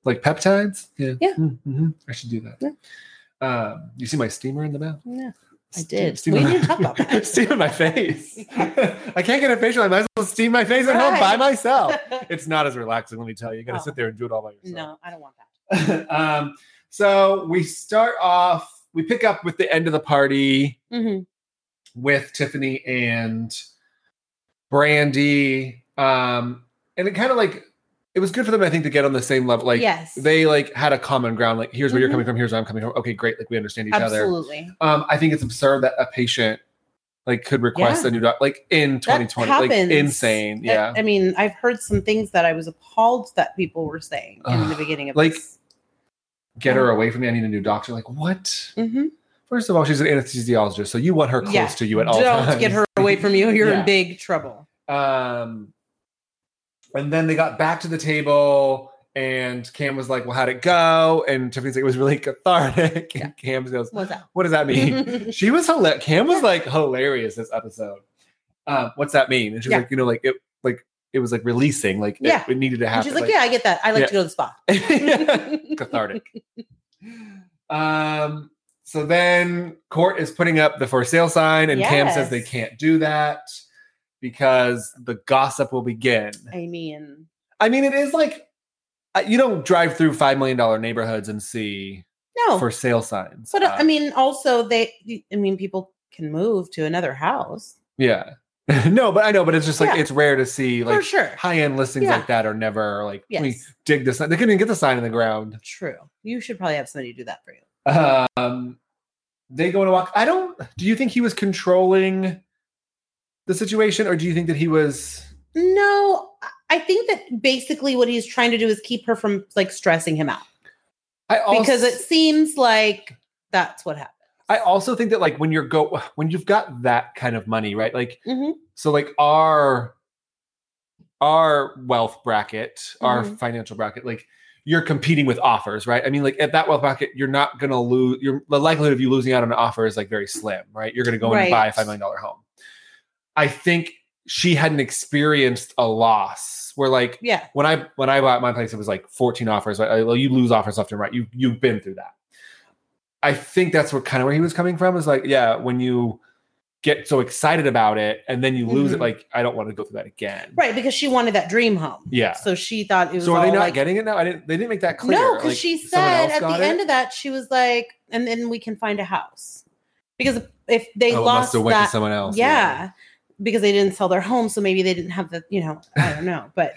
Like peptides? Yeah.
Yeah.
Mm-hmm. I should do that.
Yeah.
Um, you see my steamer in the mouth?
Yeah. I
Ste-
did.
steam
We
in my-
need to talk about that.
steam in my face. I can't get a facial. I might as well steam my face at home by
Right.
myself. It's not as relaxing, let me tell you. You got to
Oh.
sit there and do it all by yourself.
no, I don't want that.
No. um, so we start off, we pick up with the end of the party
Mm-hmm.
with Tiffany and Brandy. Um, and it kind of like, it was good for them, I think, to get on the same level. Like,
yes,
they like had a common ground. Like, here's where you're
Mhm.
coming from. Here's where I'm coming from. Okay, great. Like, we understand each other
absolutely.
um, I think it's absurd that a patient like could request
Yeah.
a new doc like in 2020, like
happens.
insane.
I-
Yeah.
I, mean, I've heard some things that I was appalled that people were saying in the
Ugh,
beginning of
like-
this.
Get her away from me. I need a new doctor. Like, what?
Mhm.
First of all, she's an anesthesiologist, so you want her close
Yeah.
to you at all
Don't
times.
get her away from you. You're
Yeah.
in big trouble.
Um, and then they got back to the table, and Cam was like, Well, how'd it go? And Tiffany's like, It was really cathartic. And Cam goes,
What's that?
What does that mean? she was hilarious. Cam was like hilarious this episode. Um, what's that mean? And she was
Yeah.
like, you know, like it, like it was like releasing, like it-
Yeah.
it, needed to
And
happen.
she's like, yeah, I get that. I like
Yeah.
to go to the spa.
cathartic. Um, so then court is putting up the for sale sign, and Cam says
Yes.
they can't do that because the gossip will begin.
I mean,
I mean, it is like uh, you don't drive through five million dollar neighborhoods and see
no.
for sale signs.
Oh.
Uh,
but uh,
up.
I mean, also they. I mean, people can move to another house
Yeah. no, but I know, but it's just like
Yeah.
it's rare to see
for
like
sure.
high end listings
Yeah.
like that are never like
Yes,
we dig this. They couldn't even get the sign in the ground.
true. You should probably have somebody do that for you.
Um, they go on a walk. I don't. Do you think he was controlling the situation, or do you think that he was?
No, I- I think that basically what he's trying to do is keep her from like stressing him out
I also,
because it seems like that's what happened.
I also think that like when you're go when you've got that kind of money, right? Like
Mhm.
so, like our our wealth bracket, our
Mhm.
financial bracket, like you're competing with offers, right? I mean, like at that wealth bracket, you're not gonna lose. You're the likelihood of you losing out on an offer is like very slim, right? You're gonna go in and buy a
Right.
five million dollar home. I think she hadn't experienced a loss where like
Yeah,
when I when I bought my place, it was like 14 offers. I, I- you lose offers left and right. You you've been through that. I think that's what kind of where he was coming from is like, yeah, when you get so excited about it and then you lose it,
Mhm.
like I don't want to go through that again.
right. Because she wanted that dream home.
Yeah.
So she thought it was.
So are they
all,
not
like,
getting it now? I didn't. They didn't make that clear.
No, because
Like,
she
someone
said
else
at the
got
end of that she was like, and then we can find a house because if they
Oh, it must
lost
have went
that,
to someone else.
yeah, because they didn't sell their home, so maybe they didn't have the, you know, I don't know, but.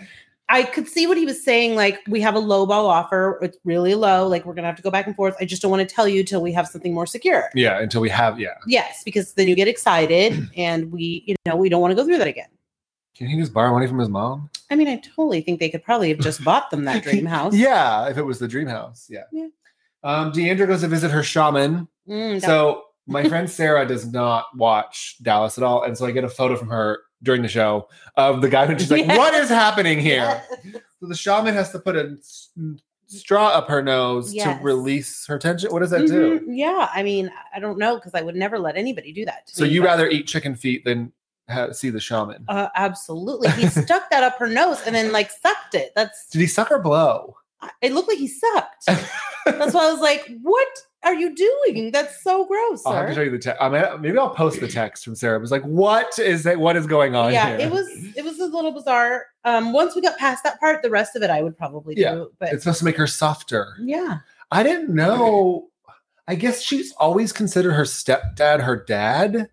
I could see what he was saying. Like, we have a low ball offer. It's really low. Like, we're going to have to go back and forth. I just don't want to tell you till we have something more secure.
Yeah. Until we have. Yeah.
Yes, because then you get excited and we, you know, we don't want to go through that again.
Can he just borrow money from his mom?
I mean, I totally think they could probably have just bought them that dream house.
Yeah. If it was the dream house. Yeah.
Yeah.
Um, Deandra goes to visit her shaman.
Mm, that-
So my friend Sarah does not watch Dallas at all, and so I get a photo from her during the show of the guy, and she's like,
Yes.
"What is happening here?"
Yeah.
So the shaman has to put a s- straw up her nose
Yes.
to release her tension. What does that do?
Mhm, Yeah, I mean, I don't know because I would never let anybody do that. to
So
me,
you
but-
rather eat chicken feet than ha- see the shaman?
Uh, absolutely. He stuck that up her nose and then like sucked it. That's
Did he suck or blow?
I- it looked like he sucked. That's why I was like, "What are you doing? That's so gross,
I'll have to show
sir."
you the text. I mean, maybe I'll post the text from Sarah. It was like, what is that? What is going on
Yeah,
here?
it was it was a little bizarre. Um, once we got past that part, the rest of it I would probably do.
Yeah,
but
It's supposed to make her softer.
yeah,
I didn't know. I guess she's always considered her stepdad her dad.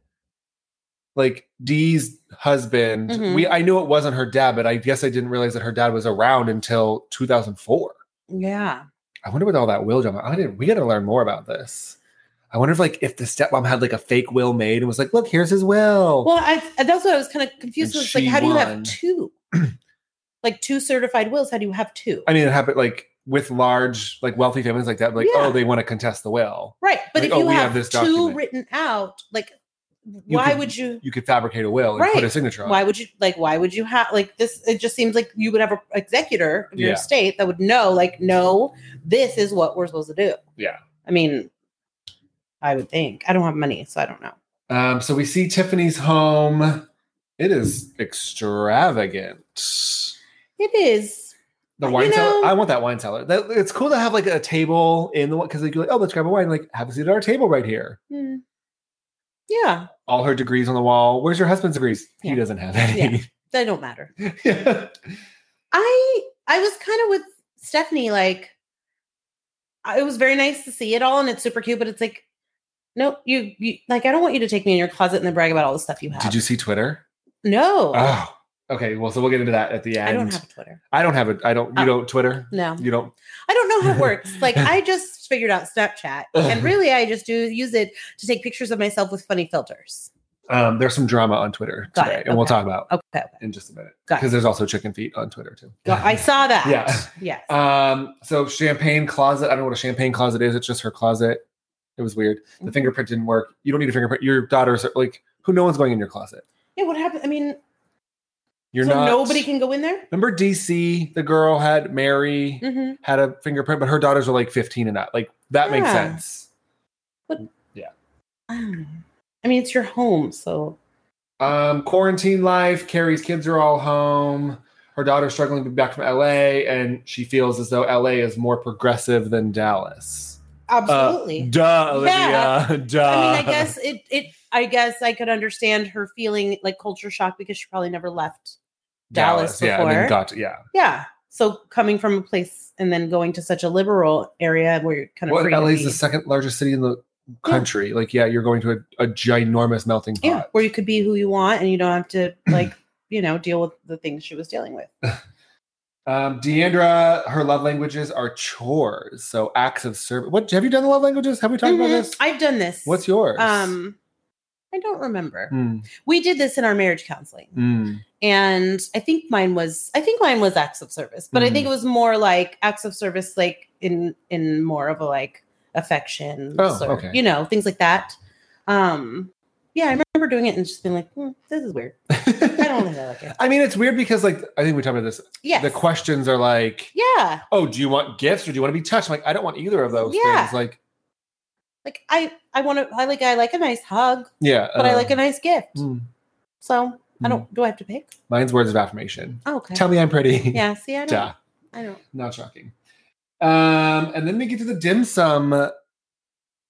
Like Dee's husband.
Mhm.
We I knew it wasn't her dad, but I guess I didn't realize that her dad was around until 2004.
yeah.
I wonder what all that will drama. I didn't we gotta learn more about this. I wonder if like if the stepmom had like a fake will made and was like, look, here's his will.
Well, I and that's what I was kind of confused.
And
with. like,
she
how do you have
won.
two? like two certified wills? How do you have two?
I mean, it happened like with large, like wealthy families like that, like,
Yeah.
oh, they want to contest the will.
right, but
like,
if
oh,
you
we
have,
have this
two
document.
written out, like, why
could-
would you?
You could fabricate a will and
Right.
put a signature on
Why
it.
would you like? Why would you have like this? It just seems like you would have an executor of your
Yeah.
estate that would know, like, no, this is what we're supposed to do.
Yeah.
I mean, I would think I don't have money, so I don't know.
Um, so we see Tiffany's home. It is extravagant.
It is.
The
You
wine
know-
cellar. I want that wine cellar. That, it's cool to have like a table in the because like, you're like, oh, let's grab a wine. Like, have a seat at our table right here.
hmm, yeah,
All her degrees on the wall. Where's your husband's degrees?
Yeah.
He doesn't have any.
they don't matter.
Yeah.
I I was kind of with Stephanie, like I- it was very nice to see it all, and it's super cute. But it's like, no, you, you like I don't want you to take me in your closet and then brag about all the stuff you have.
Did you see Twitter?
No,
Oh, okay. Well, so we'll get into that at the end.
I don't have Twitter.
I don't have it. I don't. You
Oh.
don't Twitter.
No,
You don't.
I don't know how it works. Like I just figured out Snapchat, and really I just do use it to take pictures of myself with funny filters.
Um, there's some drama on Twitter
Got
today,
it.
and we'll
Okay.
talk about
Okay, okay.
in just a minute
Got it.
because there's also chicken feet on Twitter too.
Go- I saw that.
Yeah.
yes.
Um, so champagne closet. I don't know what a champagne closet is. It's just her closet. It was weird. The
Mhm.
fingerprint didn't work. You don't need a fingerprint. Your daughters are like who? No one's going in your closet.
yeah. What happened? I mean,
You're
so
not.
nobody can go in there.
Remember DC, the girl had Mary
Mm-hmm.
had a fingerprint, but her daughters were like 15 and up. Like that makes
Yeah.
sense.
I don't know. I mean, it's your home, so
Um, quarantine life. Carrie's kids are all home. Her daughter's struggling to be back from LA, and she feels as though LA is more progressive than Dallas.
absolutely.
Duh, Duh.
Yeah. I mean, I guess it. It. I guess I could understand her feeling like culture shock because she probably never left. Dallas
Yeah, and
before.
then got yeah.
Yeah. So coming from a place and then going to such a liberal area where you're kind of
Well,
free to
LA is
be-
the second largest city in the country. Like, yeah, you're going to a, a ginormous melting pot.
yeah, where you could be who you want and you don't have to like you know deal with the things she was dealing with.
Um, Deandra, her love languages are chores, so acts of service. What have you done? The love languages? Have we talked about
Mhm.
this?
I've done this.
What's yours?
um? I don't remember.
Mm,
We did this in our marriage counseling.
mm.
and I think mine was I think mine was acts of service, but I
Mm.
think it was more like acts of service, like in in more of a like affection,
Oh,
sort-
okay.
you know, things like that. Um, yeah, I remember doing it and just being like, hmm, this is weird. I don't think I like it.
I mean, it's weird because, like, I think we talked about this.
Yes.
The questions are like,
yeah,
"Oh, do you want gifts or do you want to be touched?" I'm like, I don't want either of those
Yeah.
things. Like,
like I I want to I like I like a nice hug,
yeah,
but I
uh,
like a nice gift.
mm,
So I don't. Do I have to pick?
mine's words of affirmation.
Oh, okay.
Tell me I'm pretty.
yeah. See, I don't.
Duh.
I don't.
Not shocking. Um, and then we get to the dim sum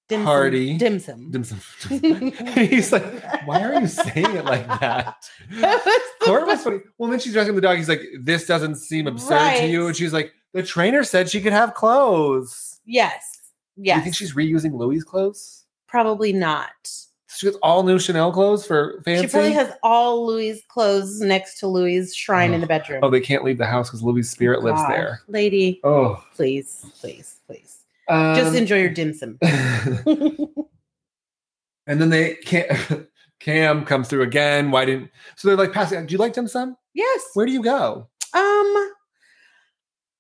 Dim
Hardy.
Dim sum.
dim sum. he's like, why are you saying it like that?
That was the
Court was funny. Well, then she's dressing the dog. He's like, this doesn't seem absurd
Right.
to you. And she's like, the trainer said she could have clothes.
Yes.
Do
Yes.
You think she's reusing Louis' clothes?
probably not.
She gets all new Chanel clothes for fancy.
She probably has all Louis' clothes next to Louis' shrine in the bedroom.
oh, they can't leave the house because Louis' spirit lives
God.
there.
Lady,
Oh,
please, please, please.
um,
Just enjoy your dim sum.
and then they can't. Cam comes through again. Why didn't? So they're like passing. Do you like dim sum?
yes.
Where do you go?
Um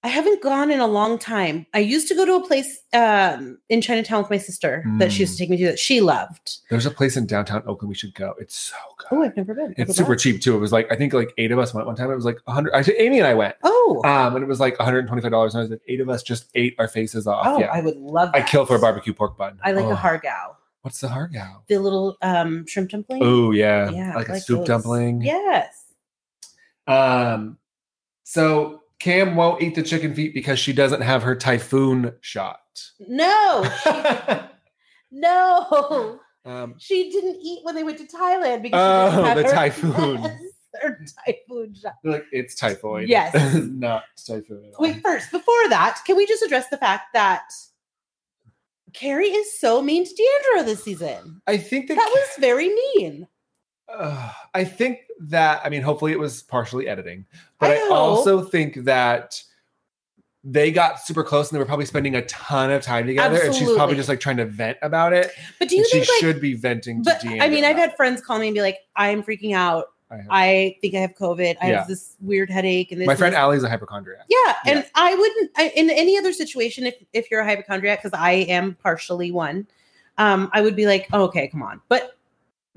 I haven't gone in a long time. I used to go to a place um in Chinatown with my sister that she used to
Hmm.
take me to that she loved.
There's a place in downtown Oakland we should go. It's so good.
Oh, I've never been.
It's
Never
super
gone.
cheap too. It was like I think like eight of us went one time. It was like 100. Actually, Amy and I went,
Oh.
um, and it was like 125 dollars. And I was like, eight of us just ate our faces off.
oh,
yeah,
I would love
I,
that.
kill for a barbecue pork bun.
I like
oh.
a hargao.
What's the hargao?
The little um shrimp dumpling.
Oh yeah,
Yeah,
like
I
a soup
those.
dumpling.
Yes.
Um, so Cam won't eat the chicken feet because she doesn't have her typhoon shot.
No, no.
um,
She didn't eat when they went to Thailand
Oh,
because she didn't have
the
her-
typhoon.
Yes, her typhoon shot.
like it's typhoid.
Yes.
not typhoon at all.
Wait, first, before that, can we just address the fact that Carrie is so mean to Deandra this season?
I think that,
That was very mean.
Ugh, I think that I mean hopefully it was partially editing, but
I
I,
hope.
also think that they got super close and they were probably spending a ton of time together and she's
Absolutely.
probably just like trying to vent about it.
But do you
and she
think like
should be venting
but
to Deandra.
I mean, I've
about
had friends call me and be like, I'm freaking out.
it. I have-
I think I have COVID. I
Yeah.
have this weird headache and this
my
and
friend
this."
Allie's a hypochondriac.
Yeah, and
Yeah.
I wouldn't I, in any other situation if if you're a hypochondriac because I am partially one. Um, I would be like, oh, okay, come on. But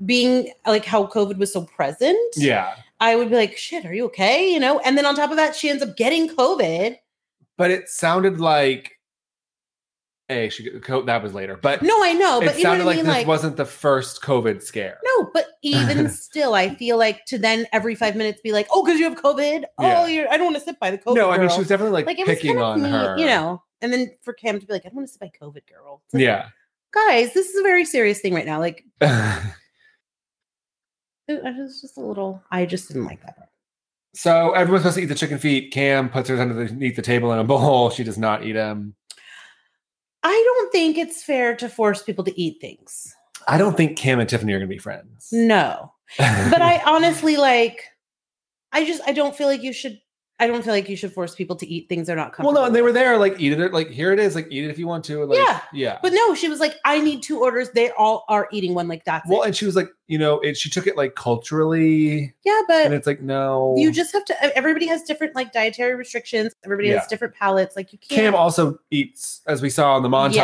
being like how COVID was so present,
Yeah.
I would be like, shit, are you okay? You know. And then on top of that, she ends up getting COVID.
But it sounded like a she that was later, but
No, I know, but
it
you know what
sounded
I
like
mean.
this
Like,
wasn't the first COVID scare.
no, but even still, I feel like to then every five minutes be like, oh, because you have COVID.
Yeah.
Oh, you're. I don't want to sit by the COVID.
no, I mean
girl."
she was definitely like,
like it was
picking
kind of
on
neat,
her.
you know. And then for Cam to be like, I don't want to sit by COVID girl. It's like,
Yeah.
guys, this is a very serious thing right now. Like, it it was just a little. I just didn't like that. part.
so everyone's supposed to eat the chicken feet. Cam puts hers underneath the table in a bowl. She does not eat them.
I don't think it's fair to force people to eat things.
I don't think Cam and Tiffany are going to be friends.
No, but I honestly like. I just I don't feel like you should. I don't feel like you should force people to eat things they're not
well,
comfortable.
no, and they were
with.
there. Like eat it. Like here it is. Like eat it if you want to. Like,
Yeah.
yeah.
But no, she was like, I need two orders. They all are eating one. Like that's
well,
it.
and she was like, you know, it, she took it like culturally,
Yeah,
and
but
it's like no.
you just have to. e, Everybody has different like dietary restrictions. Everybody
Yeah.
has different palates. Like you can't.
Cam also eats, as we saw in the montage,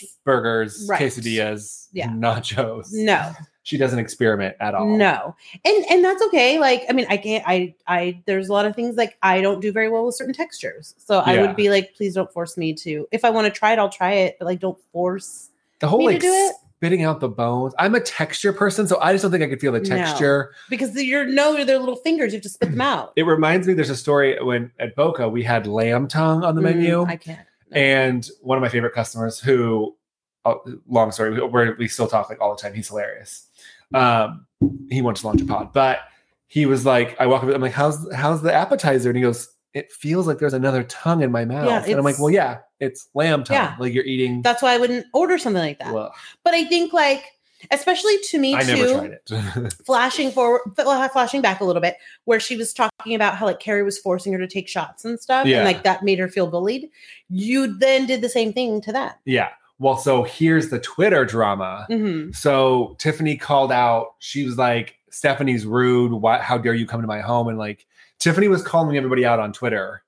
Yes.
burgers,
Right.
quesadillas,
Yeah.
nachos.
no.
She doesn't experiment at all.
No. And and that's okay. Like, I mean, I can't I I there's a lot of things like I don't do very well with certain textures. So I
Yeah.
would be like, please don't force me to. If I want to try it, I'll try it, but like don't force
The whole
Me to
like
do it?
spitting out the bones. I'm a texture person, so I just don't think I could feel the
No.
texture.
because you're no they're little fingers, you have to spit them out.
It reminds me there's a story when at Boca we had lamb tongue on the menu.
Mm, I can't. No.
and one of my favorite customers who oh, long story we, we're, we still talk like all the time he's hilarious um he wants to launch a pod but he was like i walk up i'm like how's how's the appetizer and he goes it feels like there's another tongue in my mouth and i'm like
it's-
well yeah it's lamb tongue
Yeah.
like you're eating
that's why I wouldn't order something like that.
well,
but I think like especially to me
i
too.
never tried it
flashing forward, well, flashing back a little bit, where she was talking about how like Carrie was forcing her to take shots and stuff,
Yeah.
and like that made her feel bullied. You then did the same thing to that.
yeah well so here's the twitter drama
hmm
So Tiffany called out. She was like, "Stephanie's rude. Why? How dare you come to my home?" And like, Tiffany was calling everybody out on Twitter,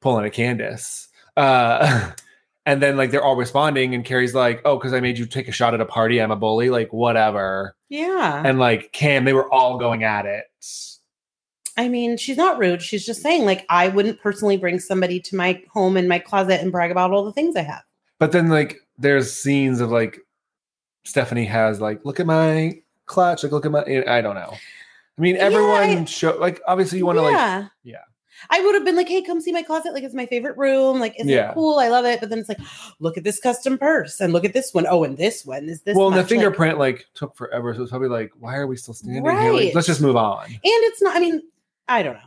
pulling a Candace. Uh, and then like they're all responding, and Carrie's like, "Oh, because I made you take a shot at a party. I'm a bully. Like whatever."
Yeah,
And like Cam, they were all going at it.
I mean, she's not rude. She's just saying like I wouldn't personally bring somebody to my home and my closet and brag about all the things I have.
But then like there's scenes of like Stephanie has like, "Look at my clutch. Like look at my." I don't know. I mean,
Yeah,
everyone
I-
show like obviously you want to like
yeah.
yeah.
I would have been like, hey, come see my closet. Like, it's my favorite room. Like, it's
Yeah.
cool. I love it. But then it's like, look at this custom purse and look at this one. Oh, and this one is this.
well, and the
much, like-
fingerprint like, took forever, so it's probably like, why are we still standing here? Like,
Right.
let's just move on.
and it's not. I mean, I don't know.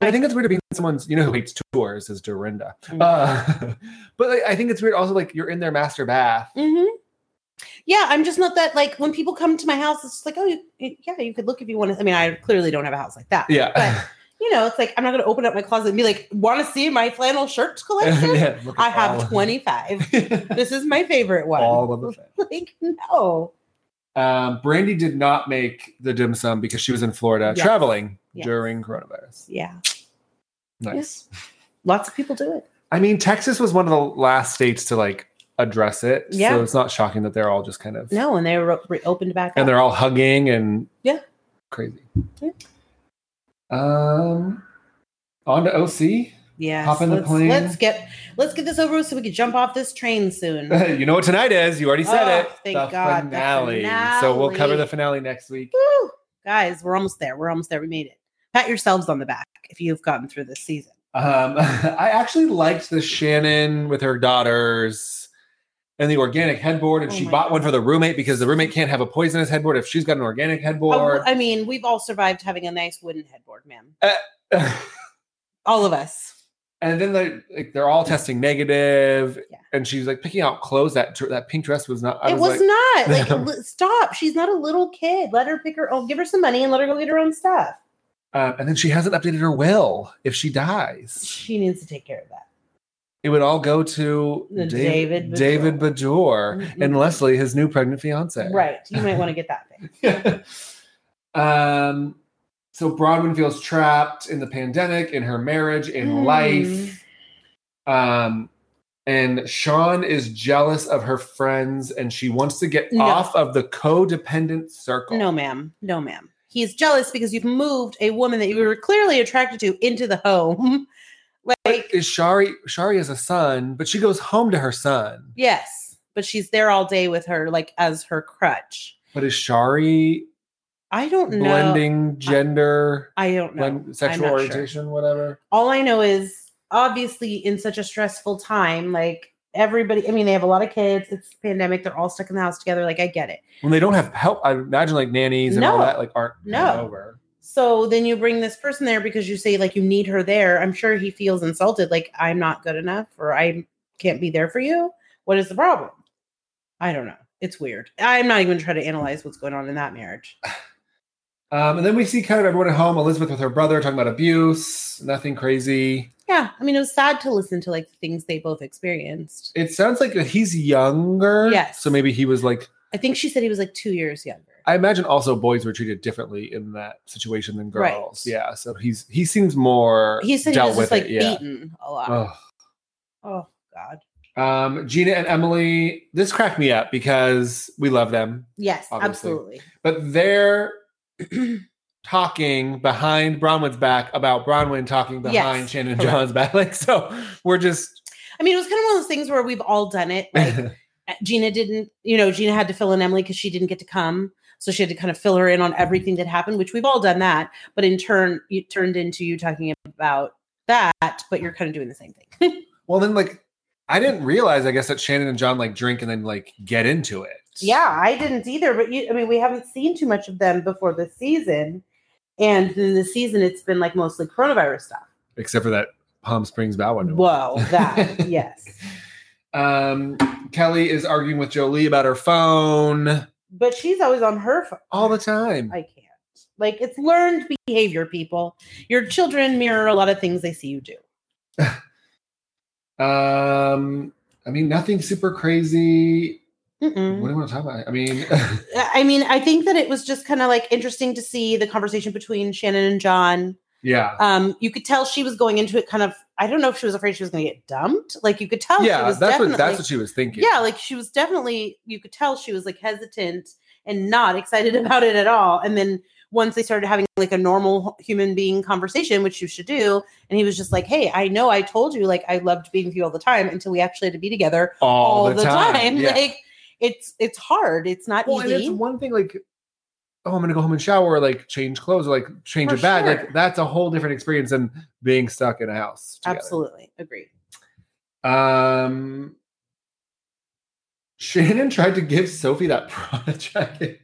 I think it's weird to be in someone's. You know who hates tours is Dorinda,
Mm.
uh, but like, I think it's weird also like you're in their master bath.
hmm Yeah, I'm just not that like when people come to my house, it's just like, oh, you, you- yeah, you could look if you want to. I mean, I clearly don't have a house like that.
Yeah,
But, You know, it's like I'm not going to open up my closet and be like, want to see my flannel shirt collection?
Yeah, look at
I
all
have
of-
25. this is my favorite one.
all of the. thing.
like, no.
Um, Brandy did not make the dim sum because she was in Florida
Yes.
traveling
Yes.
during coronavirus.
Yeah.
Nice.
Yes. Lots of people do it.
I mean, Texas was one of the last states to like address it,
Yeah.
so it's not shocking that they're all just kind of
No, and they were reopened back
and
up.
they're all hugging and
Yeah.
crazy.
Yeah.
Um, on to OC.
Yeah.
hop in the
let's,
plane.
Let's get let's get this over with so we can jump off this train soon.
you know what tonight is? You already said
Oh,
it.
thank God, the
So we'll cover the
finale.
finale next week.
Woo! Guys, we're almost there. We're almost there. We made it. pat yourselves on the back if you've gotten through this season.
Um, I actually liked the Shannon with her daughters and the organic headboard, and
Oh
she
my
bought one
God.
for the roommate because the roommate can't have a poisonous headboard if she's got an organic headboard.
Oh, I mean, we've all survived having a nice wooden headboard, man. Oh, All of us.
and then they like they're all testing negative,
Yeah.
and she's like picking out clothes that dr- that pink dress was not. I
it
was,
was,
like,
not like l- stop. She's not a little kid. Let her pick her own. Give her some money and let her go get her own stuff.
um, and then she hasn't updated her will if she dies.
She needs to take care of that.
It would all go to
The
Dav-
David
David Bajor and
Mhm.
Leslie, his new pregnant fiance.
Right. You might want to get that thing.
um, so Bronwyn feels trapped in the pandemic, in her marriage, in
Mm.
life. Um, and Sean is jealous of her friends, and she wants to get
No.
off of the codependent circle.
No, ma'am. No, ma'am. He's jealous because you've moved a woman that you were clearly attracted to into the home. like,
is Shari? Shari has a son, but she goes home to her son.
yes, but she's there all day with her, like as her crutch.
But is Shari
I don't know.
blending gender,
I don't know.
blend, sexual
not sure.
orientation, whatever?
all I know is obviously in such a stressful time, like everybody, I mean, they have a lot of kids. It's pandemic. They're all stuck in the house together. Like, I get it.
When they don't have help, I imagine like nannies and all
No.
that like aren't
No.
coming over.
So then you bring this person there because you say, like, you need her there. I'm sure he feels insulted, like, I'm not good enough or I can't be there for you. What is the problem? I don't know. It's weird. I'm not even trying to analyze what's going on in that marriage.
Um, and then we see kind of everyone at home, Elizabeth with her brother talking about abuse, nothing crazy.
Yeah. I mean, it was sad to listen to like the things they both experienced.
It sounds like he's younger.
Yes.
So maybe he was like,
I think she said he was like two years younger.
I imagine also boys were treated differently in that situation than
Right.
girls. Yeah. So he's, he seems more
he said he
dealt
was just
with
like
it. Yeah.
beaten a lot.
Ugh.
Oh God.
Um, Gina and Emily, this cracked me up because we love them,
Yes,
Obviously. but they're
absolutely.
talking behind Bronwyn's back about Bronwyn talking
Yes.
behind Shannon
Correct.
John's back. Like, so we're just,
I mean, it was kind of one of those things where we've all done it. Like eh, Gina didn't, you know, Gina had to fill in Emily because she didn't get to come. So she had to kind of fill her in on everything that happened, which we've all done that. But in turn, it turned into you talking about that, but you're kind of doing the same thing.
Well, then, like, I didn't realize, I guess, that Shannon and John like drink and then like get into it.
yeah, I didn't either. But you, I mean, we haven't seen too much of them before this season. And in the season, it's been like mostly coronavirus stuff.
Except for that Palm Springs bow window.
Whoa, that, yes.
Um, Kelly is arguing with Jolie about her phone
But she's always on her phone.
all the time.
I can't. Like it's learned behavior, people. Your children mirror a lot of things they see you do.
um, I mean, nothing super crazy. What
Mm-mm.
do you want to talk about? I mean,
I mean, I think that it was just kind of like interesting to see the conversation between Shannon and John.
yeah.
Um, you could tell she was going into it kind of. I don't know if she was afraid she was going to get dumped. Like you could tell. she
yeah,
was
that's what
definitely,
that's what she was thinking.
yeah, like she was definitely. You could tell she was like hesitant and not excited about it at all. And then once they started having like a normal human being conversation, which you should do, and he was just like, "Hey, I know I told you like I loved being with you all the time until we actually had to be together all, the, time."
Yeah.
Like it's it's hard. It's not
well, and it's
easy.
one thing like, oh, I'm gonna go home and shower, or, like change clothes, or like change
For
a bag.
sure.
Like that's a whole different experience than being stuck in a house. together.
Absolutely agree.
Um, Shannon tried to give Sophie that Prada jacket.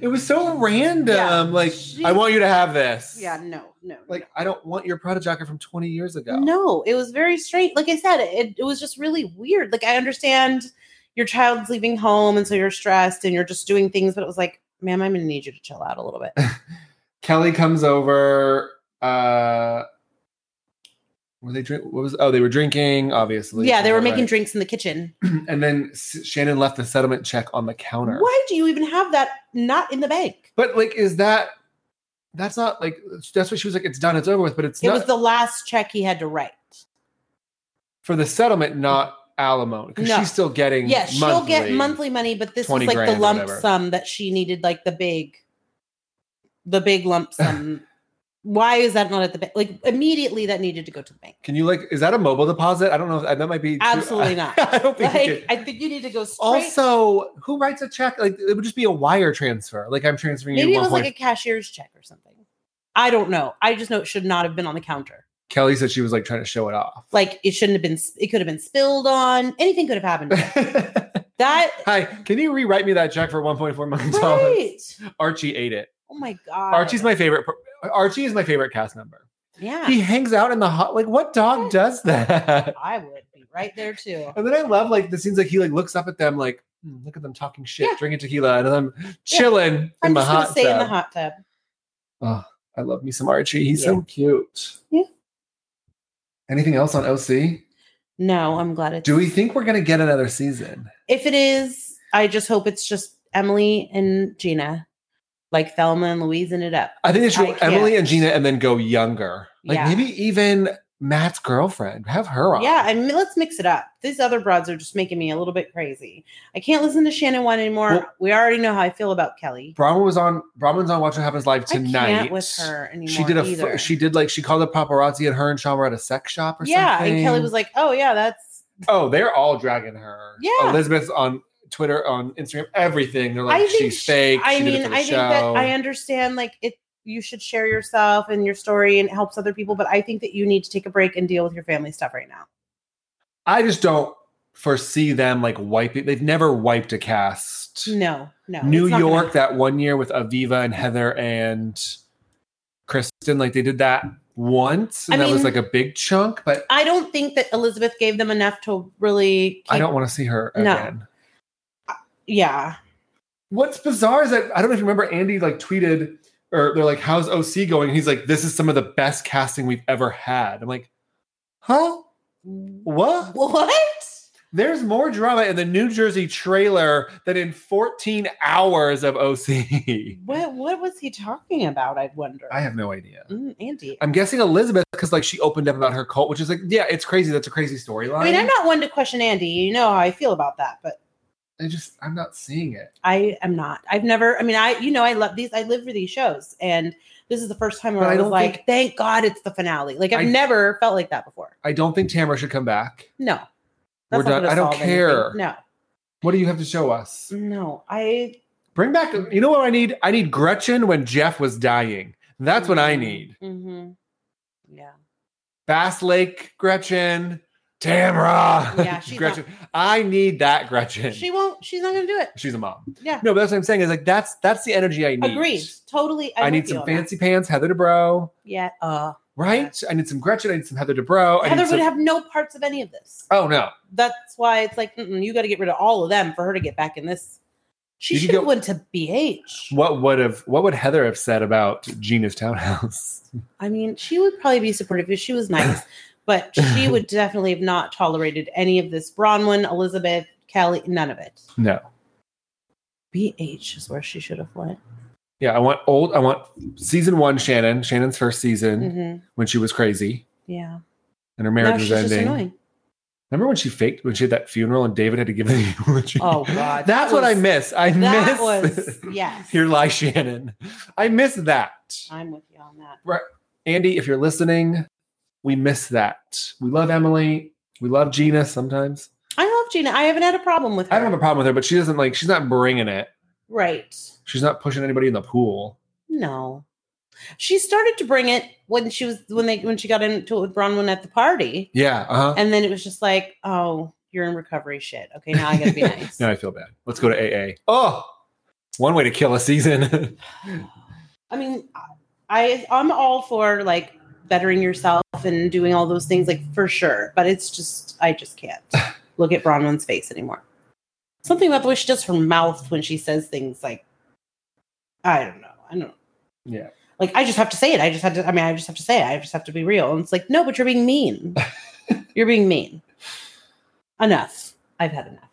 It was so random.
Yeah,
like,
she-
I want you to have this.
Yeah, no, no,
Like, I don't want your Prada jacket from 20 years ago.
No, it was very straight. Like I said, it, it was just really weird. Like I understand your child's leaving home and so you're stressed and you're just doing things, but it was like, ma'am, I'm gonna need you to chill out a little bit.
Kelly comes over. Uh, were they drink? What was? Oh, they were drinking. Obviously.
yeah, they were making
Right.
drinks in the kitchen.
And then S- Shannon left the settlement check on the counter.
Why do you even have that not in the bank?
But like, is that? That's not like. That's what she was like. It's done. It's over with. But it's
It
not
was the last check he had to write.
for the settlement, not alimony, because
No.
she's still getting.
Yes, she'll get monthly money, but this was
20
like the
grand or
lump
whatever.
sum that she needed, like the big, the big lump sum. Why is that not at the bank? Like immediately, that needed to go to the bank.
Can you like? Is that a mobile deposit? I don't know. If, that might be too- uh,
Absolutely not.
I don't think. you
Like
can-
I think you need to go straight.
also, who writes a check? Like it would just be a wire transfer. Like I'm transferring
Maybe
you
it
one
was
point.
like a cashier's check or something. I don't know. I just know it should not have been on the counter.
Kelly said she was like trying to show it off.
Like it shouldn't have been. It could have been spilled on. Anything could have happened. To it. That
Hi, can you rewrite me that check for 1.4 million dollars?
right.
Archie ate it.
Oh my god.
Archie's my favorite. per- Archie is my favorite cast member.
yeah.
He hangs out in the hot. Like, what dog does that?
I would be right there too.
And then I love like the scenes like he like looks up at them like "Hmm, look at them talking shit,
Yeah.
drinking tequila, and I'm chilling in
I'm
my
just gonna
hot
stay in the
tub.
hot tub.
Oh, I love me some Archie. He's so cute.
Yeah.
Anything else on OC?
No, I'm glad it's.
Do we think we're gonna get another season?
If it is, I just hope it's just Emily and Gina, like Thelma and Louise, in it up.
I think they should
I
go Emily
can't.
and Gina, and then go younger. Like
Yeah.
maybe even Matt's girlfriend. Have her on.
Yeah, and let's mix it up. These other broads are just making me a little bit crazy. I can't listen to Shannon one anymore.
Well-
we already know how I feel about Kelly.
Brahma was on. Brahma's on Watch What Happens Live tonight.
I can't with her anymore.
She did a.
Either.
She did like she called up paparazzi, and her and Sean were at a sex shop or
yeah,
something.
and Kelly was like, "Oh yeah, that's."
Oh, they're all dragging her.
Yeah.
Elizabeth's on Twitter, on Instagram, everything. They're like,
I think
she's
she-
fake.
I
she did it
mean,
for the
I think that
show.
I understand. Like it, you should share yourself and your story, and it helps other people. But I think that you need to take a break and deal with your family stuff right now.
I just don't foresee them like wiping. They've never wiped a cast.
No, no.
New
it's not gonna-
York, that one year with Aviva and Heather and Kristen, like they did that once, and
I
that was
mean-
like a big chunk. But
I don't think that Elizabeth gave them enough to really.
I don't want to see her
No.
again.
Yeah.
What's bizarre is that I don't know if you remember Andy like tweeted or they're like, "How's OC going?" And he's like, "This is some of the best casting we've ever had." I'm like, "Huh? What?
What?
There's more drama in the New Jersey trailer than in 14 hours of OC."
What what was he talking about? I wonder.
I have no idea.
Mm, Andy.
I'm guessing Elizabeth because like she opened up about her cult, which is like, yeah, it's crazy. That's a crazy storyline.
I mean, I'm not one to question Andy. You know how I feel about that, but
I just I'm not seeing it.
I am not. I've never. I mean, I you know I love these. I live for these shows, and this is the first time where
But
I,
I
was
don't
like,
think-
"Thank God it's the finale." Like I've
I-
never felt like that before.
I don't think Tamara should come back.
No,
We're
not
done.
gonna
I don't
solve anything.
care.
No,
What do you have to show us?
no. I
Bring back. You know what I need? I need Gretchen when Jeff was dying. That's what I need.
hmm Yeah.
Bass Lake Gretchen, Tamara.
Yeah, she's
Gretchen. I need that Gretchen.
She won't. She's not gonna do it.
she's a mom.
Yeah.
No, but that's what I'm saying is like that's that's the energy I need.
Agreed. Totally.
I
I'm
need
with you
some
on that.
fancy pants, Heather DeBro,
Yeah. Uh,
right? I need some Gretchen. I need some Heather DeBro. I
Heather
need some,
would have no parts of any of this.
Oh no.
that's why it's like mm-mm, you got to get rid of all of them for her to get back in this. She
Did you
should have
go-
went to BH.
What would have what would Heather have said about Gina's townhouse?
I mean, she would probably be supportive if she was nice, but she would definitely have not tolerated any of this. Bronwyn, Elizabeth, Kelly, none of it.
No.
BH is where she should have went.
Yeah, I want old I want season one Shannon, Shannon's first season
hmm
when she was crazy
Yeah.
and her
Now
Mm-hmm. marriage
she's
was ending.
just annoying.
Remember when she faked when she had that funeral and David had to give the eulogy?
Oh, God.
That's
That
what I
was-
miss. I
That
miss
was yes.
Here lies Shannon. I miss that.
I'm with you on that.
Andy, if you're listening, we miss that. We love Emily. We love Gina sometimes.
I love Gina. I haven't had a problem with her.
I don't have a problem with her, but she doesn't like she's not bringing it.
right.
She's not pushing anybody in the pool.
No. She started to bring it when she was when they when she got into it with Bronwyn at the party.
Yeah, uh-huh.
And then it was just like, oh, you're in recovery shit. Okay, now I gotta be nice.
Now I feel bad. Let's go to AA. Oh, one way to kill a season.
I mean, I I'm all for like bettering yourself and doing all those things, like for sure. But it's just I just can't look at Bronwyn's face anymore. Something about the way she does her mouth when she says things like I don't know. I don't
yeah.
like I just have to say it. I just have to I mean I just have to say it. I just have to be real. And it's like, no, but you're being mean. you're being mean. Enough. I've had enough.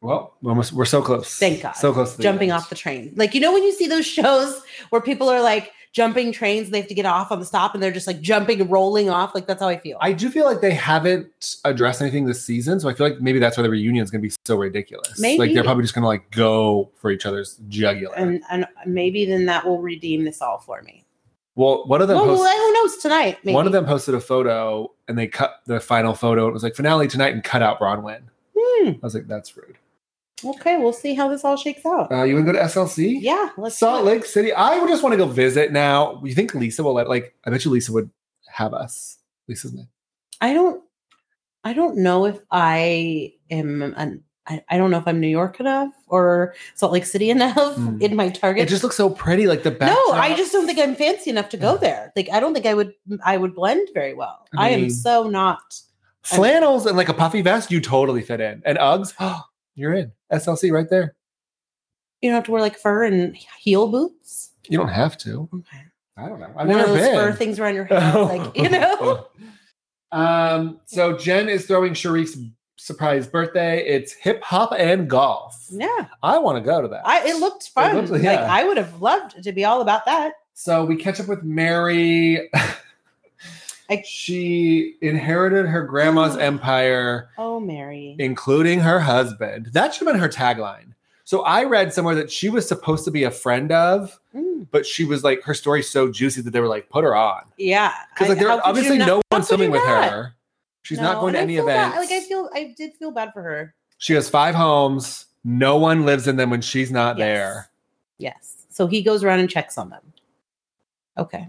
Well, we're almost we're so close.
Thank God.
So close to the
jumping
end.
off the train. Like you know when you see those shows where people are like jumping trains and they have to get off on the stop and they're just like jumping and rolling off. Like that's how I feel.
I do feel like they haven't addressed anything this season, so I feel like maybe that's why the reunion is going to be so ridiculous. like
Maybe.
they're probably just going to like go for each other's jugular.
and and maybe then that will redeem this all for me.
well, one of them
Oh, Well,
post-
who knows tonight? Maybe.
one of them posted a photo, and they cut the final photo. It was like finale tonight, and cut out Bronwyn.
Hmm.
I was like, that's rude.
Okay, we'll see how this all shakes out.
Uh, you want to go to SLC?
Yeah, let's do
Salt
it.
Lake City. I would just want to go visit now. You think Lisa will let? Like, I bet you Lisa would have us. Lisa's name.
I don't I don't know if I am an I, I don't know if I'm New York enough or Salt Lake City enough
Hmm.
in my
It
target.
just looks so pretty, like the back.
no, I just don't think I'm fancy enough to go there. Like I don't think I would I would blend very well.
I
I,
mean-
am so not
flannels and like a puffy vest. You totally fit in, and Uggs. you're in SLC right there.
you don't have to wear like fur and heel boots.
You don't have to.
Okay.
I don't know. I've
One of
never
those
been. Oh.
fur things around your head, like you know.
Um. So Jen is throwing Sharif's surprise birthday. It's hip hop and golf.
Yeah.
I want to go to that.
I it looked fun.
looked-
Like
yeah.
I would have loved to be all about that.
So we catch up with Mary.
I- Mm.
she inherited her grandma's empire,
Oh Mary.
including her husband. That should have been her tagline. So I read somewhere that she was supposed to be a friend of,
Mm.
but she was like her story's so juicy that they were like, put her on.
Yeah.
Because like
I- how
there
could you
obviously
not-
no
how
one
could
swimming
you
with
not?
her. She's not
No,
going to
and I
any
feel bad-
events.
Like I feel, I did feel bad for her.
she has five homes. No one lives in them when she's not
Yes.
there.
Yes. So he goes around and checks on them. Okay.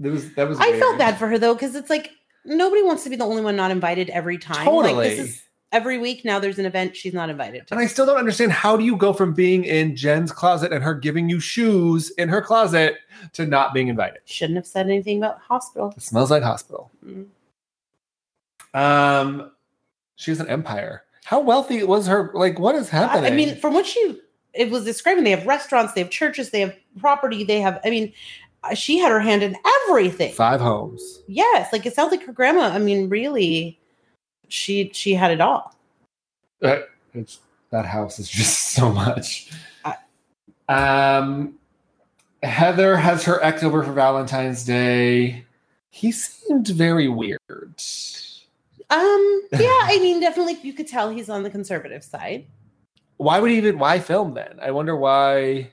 That was that was.
I felt
weird.
bad for her though, because it's like nobody wants to be the only one not invited every time.
Totally.
Like this is every week now. There's an event she's not invited to.
And I still don't understand how do you go from being in Jen's closet and her giving you shoes in her closet to not being invited?
Shouldn't have said anything about hospital.
It smells like hospital.
Mm.
Um, she has an empire. How wealthy was her? Like, what is
I,
happening?
I mean, from what she it was describing, they have restaurants, they have churches, they have property, they have. I mean, uh, she had her hand in everything.
five homes.
Yes, like it sounds like her grandma. I mean, really, she she had it all.
Uh, it's, that house is just so much.
I-
Um, Heather has her ex over for Valentine's Day. He seemed very weird.
Um, yeah, I mean, definitely you could tell he's on the conservative side.
Why would he even? Why film then? I wonder why.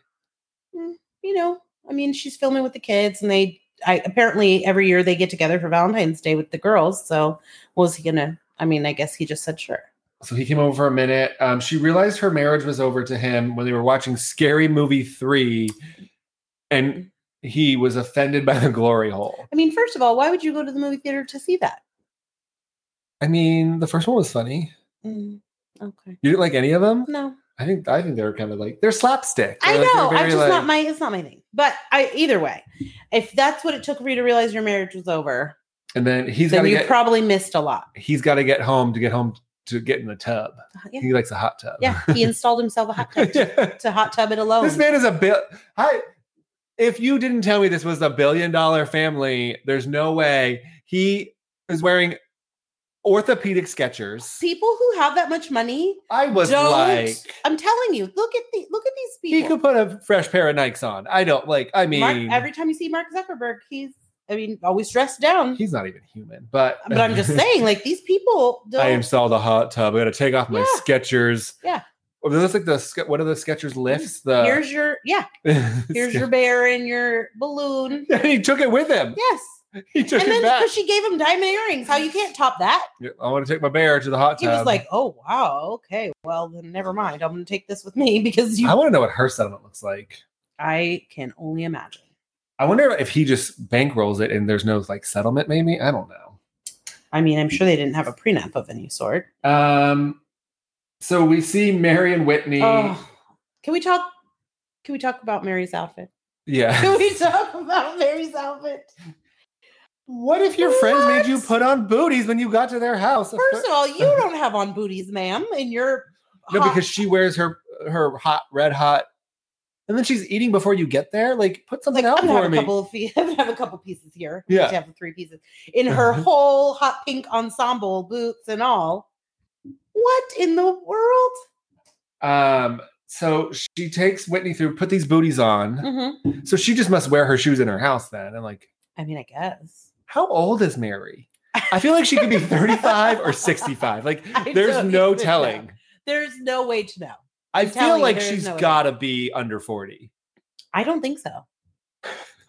You know, I mean, she's filming with the kids, and they I apparently every year they get together for Valentine's Day with the girls. So was he gonna? I mean, I guess he just said sure.
So he came over for a minute. Um, she realized her marriage was over to him when they were watching Scary Movie 3, and he was offended by the glory hole.
I mean, first of all, why would you go to the movie theater to see that?
I mean, the first one was funny.
Mm, okay,
You didn't like any of them?
no,
I think I think they were kind of like they're slapstick.
I
They're like-
know.
they're
I'm
very,
just
like-
not my. It's not my thing. But I either way, if that's what it took for you to realize your marriage was over,
And then he's
then
gotta
you
get
probably missed a lot.
he's gotta get home to get home to get in the tub.
Uh, Yeah,
He likes a hot tub.
yeah. He installed himself a hot tub. To,
Yeah.
to hot tub it alone.
This man is a bill. I if you didn't tell me this was a billion dollar family, there's no way he is wearing orthopedic sketchers.
people who have that much money
I was
don't
like,
i'm telling you look at the look at these
he
people
could put a fresh pair of Nikes on. I don't like. I mean,
mark, every time you see mark zuckerberg he's i mean always dressed down
he's not even human. But
but i'm just saying like these people don't
I installed a hot tub. I got to take off my
Yeah.
Skechers.
Yeah.
Well, that's like the Ske- what are the Skechers lifts? The
here's your yeah here's your bear and your balloon
and he took it with him.
yes
He took
and
it
then
back.
because she gave him diamond earrings how you can't top that
Yeah, I want to take my bear to the hot
he
tub.
was like oh wow okay well then never mind i'm gonna take this with me because you
I
i,
want to know what her settlement looks like.
can only imagine
I wonder if he just bankrolls it and there's no like settlement. Maybe I don't know.
i mean i'm sure they didn't have a prenup of any sort
Um, so we see Mary and Whitney.
Oh, can we talk? Can we talk about Mary's outfit?
Yeah.
Can we talk about Mary's outfit?
what if your friends made you
What?
put on booties when you got to their house?
First of all, you don't have on booties, ma'am, and you're
No,
hot.
because she wears her her hot red hot, and then she's eating before you get there. Like, put something
like I'm
out
gonna
for
have a
me.
couple of feet. I'm gonna have a couple pieces here.
Yeah. Uh-huh.
she have three pieces in her whole hot pink ensemble, boots and all. What in the world?
Um, so she takes Whitney through, put these booties on.
Mhm.
So she just must wear her shoes in her house then. And like,
I mean, I guess.
how old is Mary? I feel like she could be 35 or 65. Like,
I
there's
don't
no
even know.
telling.
There's no way to know.
I
I'm
feel
telling you,
like
there's
she's
no way.
gotta be under 40.
I don't think so.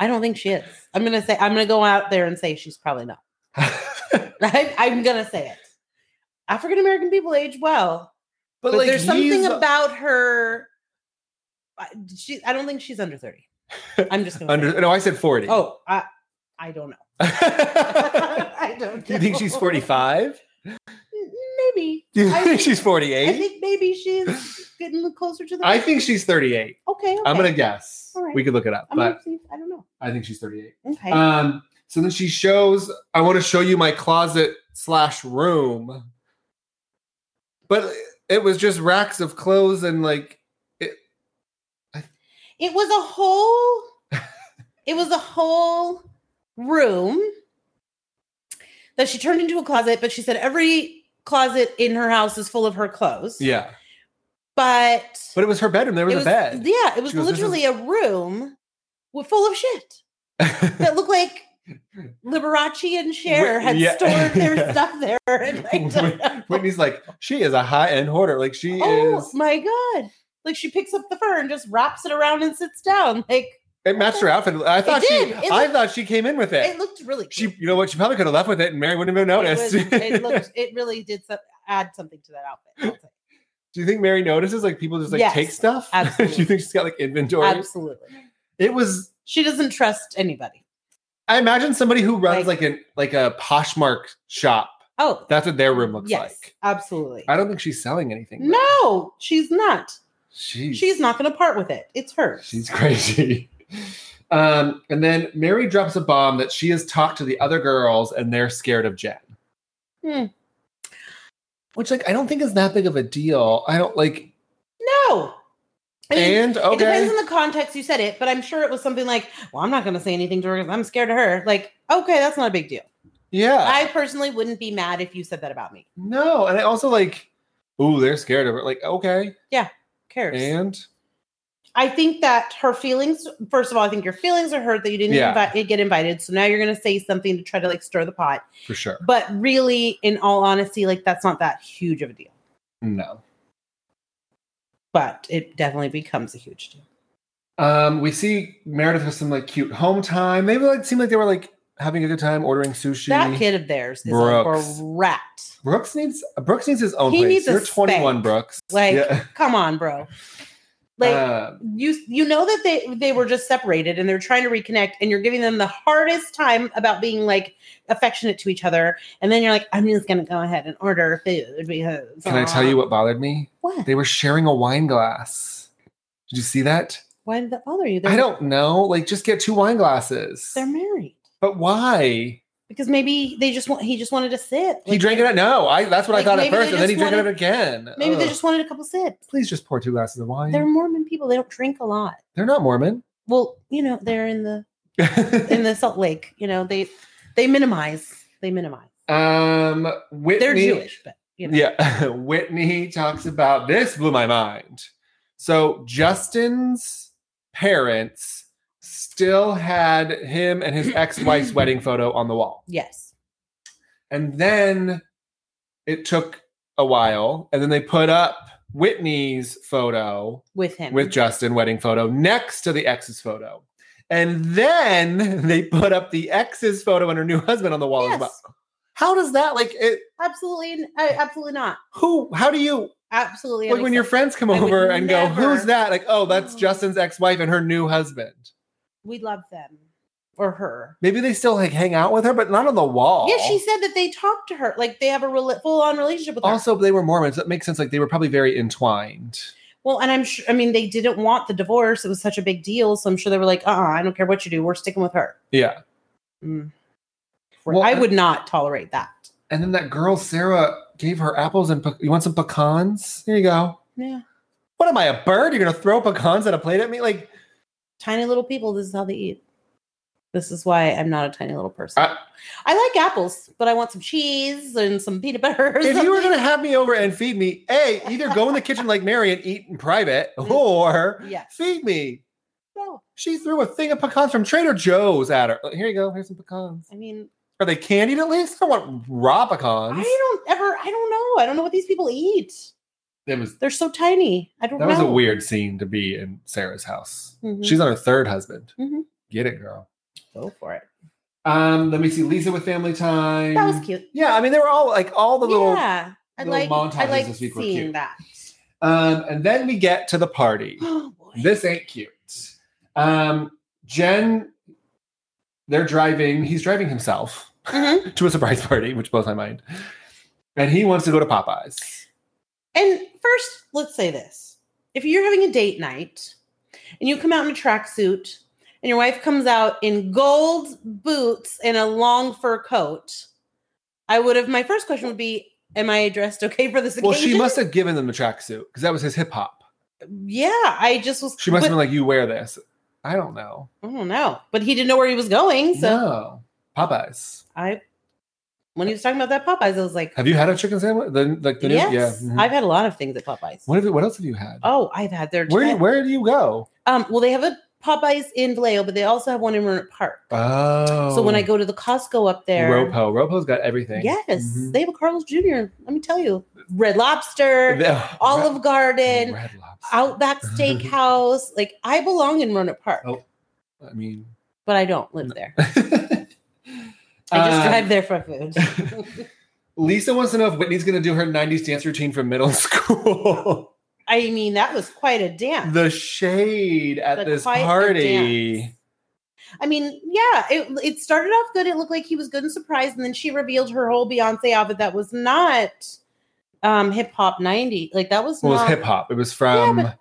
I don't think she is. I'm gonna say I'm gonna go out there and say she's probably not. I, I'm gonna say it. African American people age well. But,
like,
there's something
he's
about her. I- She, I don't think she's under thirty. I'm just gonna
under. No, I said forty.
Say. Oh, I, I don't know. I don't.
Do
Know.
you think she's forty-five?
Maybe.
Do you
I
think
think-
she's
I
forty-eight?
think maybe she's getting closer to the.
I think she's thirty-eight.
okay, okay.
I'm gonna guess.
All right.
We could look it up,
I'm
but
gonna see. I don't know.
I think she's thirty-eight.
Okay.
Um, so then she shows, I want to show you my closet slash room. But it was just racks of clothes and like,
It was a whole it was a whole room that she turned into a closet, but she said every closet in her house is full of her clothes.
yeah.
But,
But it was her bedroom. There was,
it
a bed.
Yeah, it was
She goes, "This is-
literally a room with full of shit that looked like Liberace and Cher
Wh-
had
yeah.
stored their
Yeah.
stuff there. And I don't know.
Whitney's like, she is a high end hoarder. Like, she
Oh
is,
my god. Like she picks up the fur and just wraps it around and sits down. Like
it matched her outfit. I thought she,
did. It
I
looked-
thought she came in with it.
it looked really
she,
cute.
you know what? She probably could have left with it and Mary wouldn't have
It
noticed.
was- It, looked, it really did so- add something to that outfit.
Do you think Mary notices? Like, people just like
Yes,
take stuff? Do
absolutely.
you think she's got like inventory?
Absolutely.
It was
She doesn't trust anybody.
I imagine somebody who runs like,
Like-
an like a Poshmark shop.
Oh,
That's what their room looks
yes,
like.
absolutely.
I don't think she's selling anything. though.
No, she's not.
Jeez.
She's not going to part with it. It's hers.
she's crazy. Um, and then Mary drops a bomb that she has talked to the other girls and they're scared of Jen.
Hmm.
Which like I don't think is that big of a deal. I don't like
no. I mean,
and
It depends
okay.
on the context you said it, but I'm sure it was something like, "Well, I'm not going to say anything to her. 'cause I'm scared of her." Like, okay, that's not a big deal.
Yeah.
I personally wouldn't be mad if you said that about me.
no, and I also like, ooh, they're scared of her. Like, okay.
Who cares?
And
I think that her feelings, first of all, I think your feelings are hurt that you didn't
Yeah.
invite, get invited. So now you're going to say something to try to like stir the pot.
for sure.
But really, in all honesty, like that's not that huge of a deal.
No.
But it definitely becomes a huge deal.
Um, we see Meredith with some like cute home time. They like seem like they were like having a good time ordering sushi.
that kid of theirs is
Brooks.
a brat.
Brooks needs Brooks needs his own
He
place.
needs a
You're 21,
spank.
Brooks.
Like,
yeah.
come on, bro. Like
Uh,
you, you know that they they were just separated and they're trying to reconnect, and you're giving them the hardest time about being like affectionate to each other, and then you're like, I'm just gonna go ahead and order food because
can I tell you what bothered me?
what?
They were sharing a wine glass. Did you see that?
Why did that bother you?
I don't know. Like, just get two wine glasses.
They're married
But why?
because maybe they just want. He just wanted to sit.
he
Like,
drank it. At, no, I. That's what
Like,
I thought at
maybe they
first, and then he
just
drank it
wanted-
up again.
Maybe they
Ugh.
just wanted a couple sips.
Please just pour two glasses of wine.
They're
They're,
Mormon people. They don't drink a lot.
not Mormon.
Well, you know, they're in the in the Salt Lake. You know, they they minimize. They minimize.
um, Whitney.
They're Jewish, but you know.
Yeah. Whitney talks about this blew my mind. So Justin's parents still had him and his ex-wife's wedding photo on the wall.
Yes.
And then it took a while and then they put up Whitney's photo
With him.
with Justin wedding photo next to the ex's photo. And then they put up the ex's photo and her new husband on the wall as
Yes.
well. How does that like it
Absolutely. n- uh, absolutely not.
who how do you
Absolutely.
like when your
unaccept-
friends come
I would
over and go,
never-
"Who's that?" Like, "Oh, that's
Oh.
Justin's ex-wife and her new husband."
we love them or her.
Maybe they still like hang out with her, but not on the wall.
Yeah, she said that they talk to her. Like they have a rela- full on relationship with her.
also they were Mormons. That makes sense. Like they were probably very entwined.
Well, and I'm sure, I mean, they didn't want the divorce. It was such a big deal. So I'm sure they were like, uh uh I don't care what you do. We're sticking with her.
Yeah.
Mm.
Well,
I would not tolerate that.
And then that girl Sarah gave her apples and pe- you want some pecans? Here you go.
Yeah.
What am I, a bird? You're gonna throw pecans at a plate at me? Like
Tiny little people, this is how they eat. This is why I'm not a tiny little person.
I-
I, like apples, but I want some cheese and some peanut butter. or
if you were
something.
gonna have me over and feed me, a either go in the kitchen like Mary and eat in private,
Mm.
or
Yeah.
feed me.
No.
She threw a thing of pecans from Trader Joe's at her. Like, Here you go. Here's some pecans.
I mean,
Are they candied at least? I don't want raw
I
pecans.
don't ever, I don't know. I don't know what these people eat.
That was
They're so tiny. I don't
that
know.
was a weird scene to be in Sarah's house.
Mhm.
She's on her third husband.
Mhm.
Get it, girl.
Go for it.
Mm-hmm. Um, let me see Lisa with family time.
That was cute.
Yeah, I mean they were all like all the little
yeah. I
little
like,
montages
I like
this week were
seeing
cute.
that.
Um, and then we get to the party.
Oh boy.
This ain't cute. Um, Jen, they're driving, he's driving himself
Mhm.
to a surprise party, which blows my mind. And he wants to go to Popeyes.
And first, let's say this: if you're having a date night and you come out in a tracksuit and your wife comes out in gold boots and a long fur coat, I would have my first question would be, "Am I dressed okay for this occasion?"
Well, she must have given them the tracksuit because that was his hip hop.
Yeah, I just was.
She must have
but-
been like, "You wear this." I don't know.
I don't know, but he didn't know where he was going, so
no, Popeyes.
I. When he was talking about that Popeyes, I was like,
Have you had a chicken sandwich? The like the new-
"Yes,
yeah. mhm.
I've had a lot of things at Popeyes."
what have you, What else have you had?
Oh, I've had their.
where do- Where do you go?
Um, well, they have a Popeyes in Vallejo, but they also have one in Roanoke Park.
Oh,
So when I go to the Costco up there,
Ropo, Ropo's got everything.
yes,
Mhm.
they have a Carl's Jr. Let me tell you, Red Lobster,
The-
Olive
Red-
Garden,
Red Lobster.
Outback Steakhouse. like I belong in Roanoke Park,
Oh. I mean,
but I don't live there.
I
I just drive there for food.
Uh, Lisa wants to know if Whitney's going to do her '90s dance routine from middle school.
I mean, that was quite a dance.
the shade at
The
this
quiet
party.
dance. I mean, yeah, it, it started off good. It looked like he was good and surprised, and then she revealed her whole Beyonce outfit that was not um hip hop ninety. Like that was
Well, it was
not.
hip hop. It was from.
Yeah, but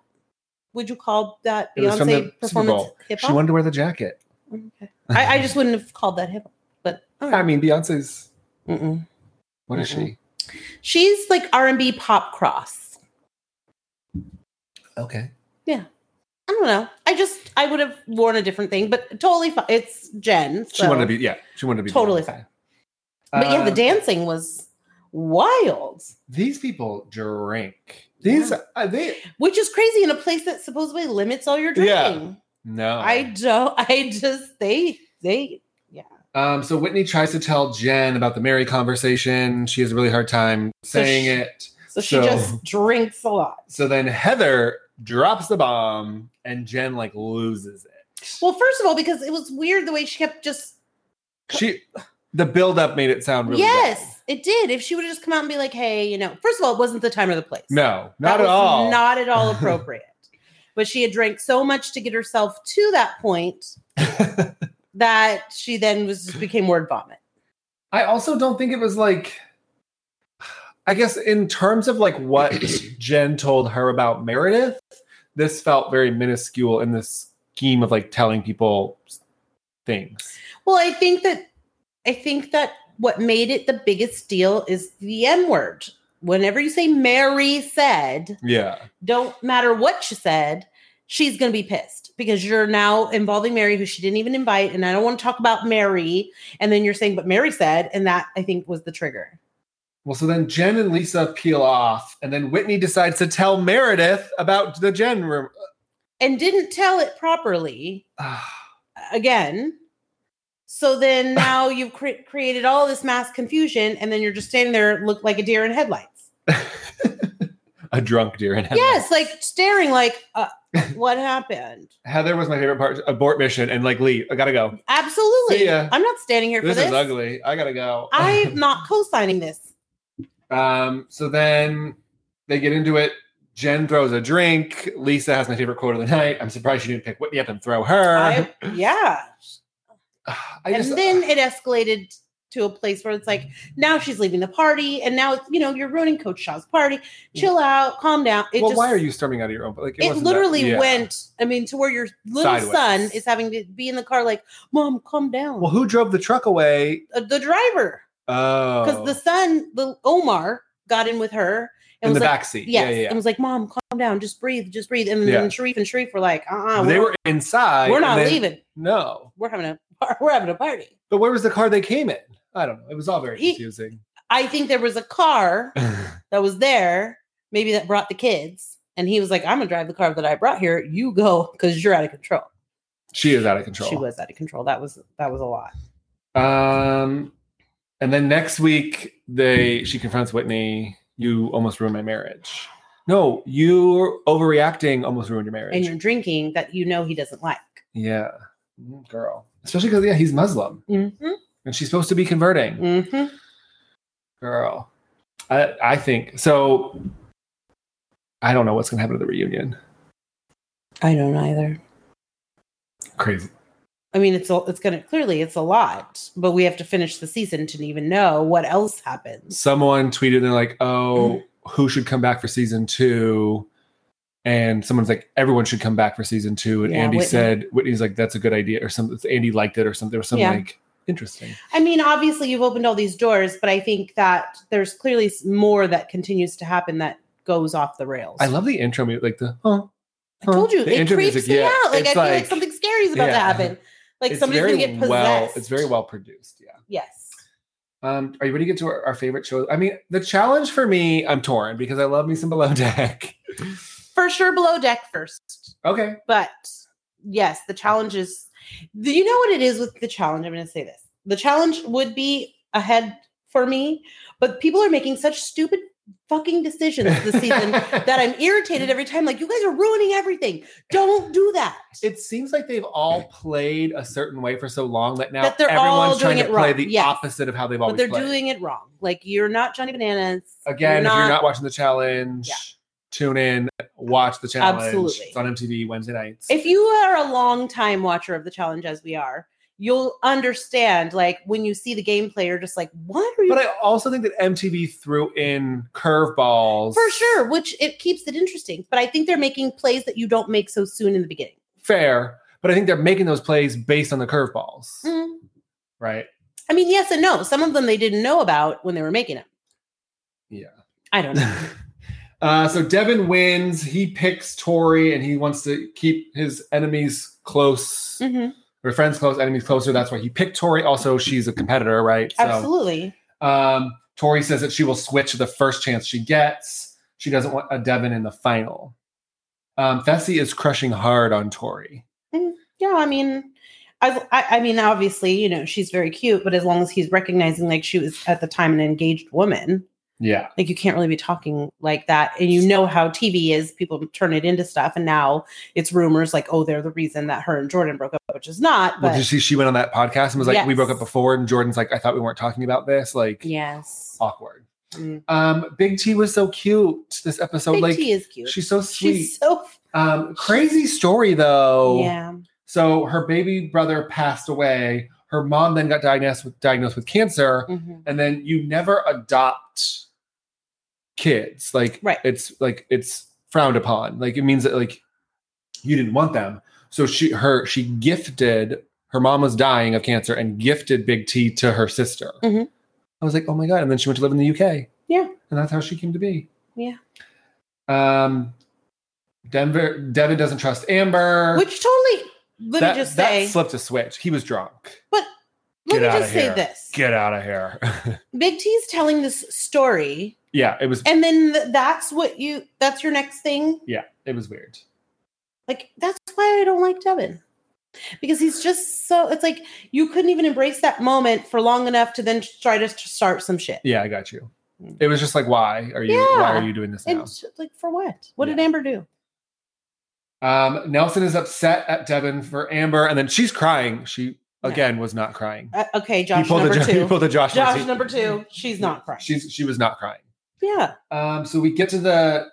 would you call that
It was from the
Beyonce
Super
performance
Bowl.
hip
she
hop? Mm,
wanted to wear the jacket.
Okay. I, I just wouldn't have called that hip hop, but all
I
right.
mean, Beyonce's.
Mm-mm.
What is she?
she's like R and B pop cross.
Okay.
I don't know. I just I would have worn a different thing, but totally fine. It's Jen.
She
so-
wanted to be. Yeah, she wanted to be
Totally
Beyonce.
fine. But yeah, the
Um,
dancing was wild,
These people drink. These
Yeah.
uh, they
which is crazy in a place that supposedly limits all your
Yeah.
drinking.
no.
I don't. I just they they
um. So Whitney tries to tell Jen about the Mary conversation. She has a really hard time
So
saying
she-
it.
so she
So-
just drinks a lot.
So then Heather drops the bomb, and Jen like loses it.
Well, first of all, because it was weird the way she kept just
She the build up made it sound really bad.
yes, it did. If she would have just come out and be like, "Hey, you know," first of all, it wasn't the time or the place.
No,
That
not at
was
all.
Not at all appropriate. but she had drank so much to get herself to that point that she then was just became word vomit.
I also don't think it was like I guess in terms of like what Jen told her about Meredith, this felt very minuscule in this scheme of like telling people things.
Well, I think that I think that what made it the biggest deal is the N word. Whenever you say Mary said,
Yeah.
don't matter what she said, she's going to be pissed because you're now involving Mary, who she didn't even invite. And I don't want to talk about Mary. And then you're saying, but Mary said, and that I think was the trigger.
Well, so then Jen and Lisa peel off, and then Whitney decides to tell Meredith about the Jen room.
And didn't tell it properly
Ah,
again. So then now you've cre- created all this mass confusion, and then you're just standing there, look like a deer in headlights.
a drunk deer in heaven.
Yes, like staring, like uh, what happened?
Heather was my favorite part. Abort mission and like Lee, I gotta go. See
Absolutely,
ya.
I'm not standing here for
This
this.
is ugly. I gotta go.
I'm not co-signing this.
Um, so then they get into it. Jen throws a drink. Lisa has my favorite quote of the night. I'm surprised she didn't pick Whitney up and throw her.
I, yeah,
I
and
just-
then it escalated to a place where it's like now she's leaving the party and now it's you know you're ruining coach shaw's party chill out calm down it
Mm. well,
just
why are you storming out of your own? Like it,
it
wasn't that-
literally
yeah.
went i mean to where your little
Sideways.
son is having to be in the car like mom calm down
Well, who drove the truck away?
Uh, the driver
Oh,
because the son the omar got in with her and
in the
was like
back seat.
yes
Yeah, yeah.
and was like mom calm down just breathe just breathe and then
Yeah.
sharif and sharif were like uh-uh
yeah.
we're
They
not-
were inside.
we're
and
not
they-
leaving
No,
we're having a we're having a party
but where was the car they came in? I don't know. It was all very
He-
confusing.
i think there was a car that was there, maybe that brought the kids. And he was like, I'm gonna drive the car that I brought here. You go because you're out of control.
she is out of control.
She was out of control. That was that was a lot.
Um, and then next week they she confronts Whitney. You almost ruined my marriage. No, you overreacting almost ruined your
And
marriage.
you're drinking that you know he doesn't like.
yeah, Mm, girl. Especially because yeah, he's Muslim
Mm-hmm.
and she's supposed to be converting.
Mm. Mm-hmm.
Girl, I I think so. I don't know what's going to happen to the reunion.
I don't either.
Crazy.
I mean, it's a, it's gonna clearly it's a lot, but we have to finish the season to even know what else happens.
Someone tweeted, they're like, oh,
Mm-hmm.
who should come back for season two? And someone's like, everyone should come back for season two. And
Yeah,
Andy
Whitney.
said, Whitney's like, that's a good idea, or something. Andy liked it, or something. There was some
Yeah.
like interesting.
I mean, obviously you've opened all these doors, but I think that there's clearly s- more that continues to happen that goes off the rails.
I love the intro music, like the oh.
I told you
the
it
intro
creeps
music,
me
yeah.
out. Like
It's
I feel like
like-
something scary is about to
yeah.
happen. Like
It's
somebody's gonna
very
get possessed.
Well, it's very well produced. Yeah.
yes.
Um, are you ready to get to our, our favorite shows? I mean, the challenge for me, I'm torn because I love me some Below Deck.
For sure, below deck first.
okay.
but yes, the challenge is. Do you know what it is with the challenge? I'm going to say this: the challenge would be ahead for me, but people are making such stupid fucking decisions this season that I'm irritated every time. Like you guys are ruining everything. Don't do that.
it seems like they've all played a certain way for so long that now
That they're all
everyone's trying
doing
to
it
play
wrong.
the
Yes.
opposite of how they've
but
always
they're
played.
doing it wrong. Like you're not Johnny Bananas.
Again, if
not-
you're not watching the challenge,
Yeah.
tune in, watch the challenge.
Absolutely.
It's on MTV Wednesday nights.
if you are a long time watcher of the challenge, as we are, you'll understand. Like when you see the gameplay, you're just like, "What are you
but I also think that MTV threw in curveballs
For sure, which it keeps it interesting. But I think they're making plays that you don't make so soon in the beginning.
Fair, but I think they're making those plays based on the curveballs,
Mm.
right?
I mean, yes and no. Some of them they didn't know about when they were making them.
Yeah.
I don't know.
Uh, so Devin wins. He picks Tori, and he wants to keep his enemies close.
Mhm.
or friends close, enemies closer. That's why he picked Tori. Also, she's a competitor, right?
Absolutely.
Um, Tori says that she will switch the first chance she gets. She doesn't want a Devin in the final. Um, Fessy is crushing hard on Tori.
Yeah, I mean, as, I, I mean, obviously, you know, she's very cute, but as long as he's recognizing, like, she was at the time an engaged woman,
Yeah.
like, you can't really be talking like that. And you know how TV is; people turn it into stuff. And now it's rumors, like, oh, they're the reason that her and Jordan broke up, which is not.
Well,
But
did you see she went on that podcast and was like, "We
Yes.
broke up before," and Jordan's like, "I thought we weren't talking about this." Like,
yes,
awkward.
Mm.
Um, Big T was so cute this episode.
Big
like,
T is cute.
she's so sweet.
She's so
um, crazy story though.
Yeah.
So her baby brother passed away. Her mom then got diagnosed with diagnosed with cancer,
Mhm.
and then you never adopt kids. Like
Right.
it's like it's frowned upon. Like it means that like you didn't want them. So she her she gifted her mom was dying of cancer and gifted Big T to her sister.
Mhm.
I was like, oh my god! And then she went to live in the UK.
Yeah.
and that's how she came to be.
Yeah.
Um, Denver Devin doesn't trust Amber
Which totally, let
that,
me just
that
say,
slipped a switch. He was drunk.
let
Get
me
outta
just say
here.
this.
Get out of here.
Big T's telling this story,
yeah, it was
and then th- that's what you, that's your next thing.
yeah, it was weird.
Like, that's why I don't like Devin. Because he's just so, it's like you couldn't even embrace that moment for long enough to then try to st- start some shit.
Yeah, I got you. It was just like, why are you why
Yeah.
are you doing this
And
now?
it's like, for what? What did
Yeah.
Amber do?
Um, Nelson is upset at Devin for Amber, and then she's crying. She again was not crying.
Uh, okay,
He
Josh
pulled
number
a, Jo- He
two.
pulled a Josh,
Josh
Martine.
number two. She's not crying.
She's she was not crying.
yeah.
Um, so we get to the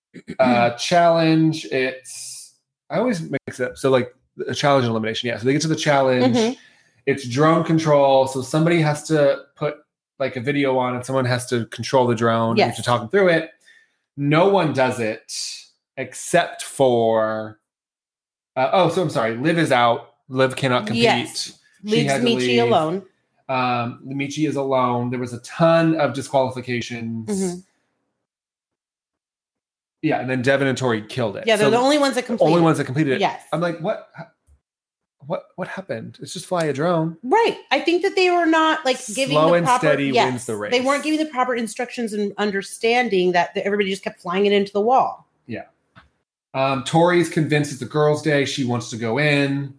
uh challenge. It's I always mix it up. So like a challenge and elimination. Yeah. So they get to the challenge.
Mhm.
It's drone control. So somebody has to put like a video on and someone has to control the drone. You have
Yes.
to talk them through it. No one does it except for uh, oh, so I'm sorry. Liv is out. Liv cannot compete.
Yes.
She
Leaves
had to
Michi
leave.
alone.
Um, Michi is alone. There was a ton of disqualifications.
Mhm.
Yeah, and then Devin and Tori killed it.
Yeah, they're
So
the only ones that complete.
only ones that completed it.
Yes.
I'm like, what? What? What happened? It's just fly a drone.
Right. I think that they were not like giving
Slow
the
and
proper,
steady
yes,
wins the
They
race.
weren't giving the proper instructions and understanding that the, everybody just kept flying it into the wall.
Um, Tori's convinced it's a girls' day. She wants to go in.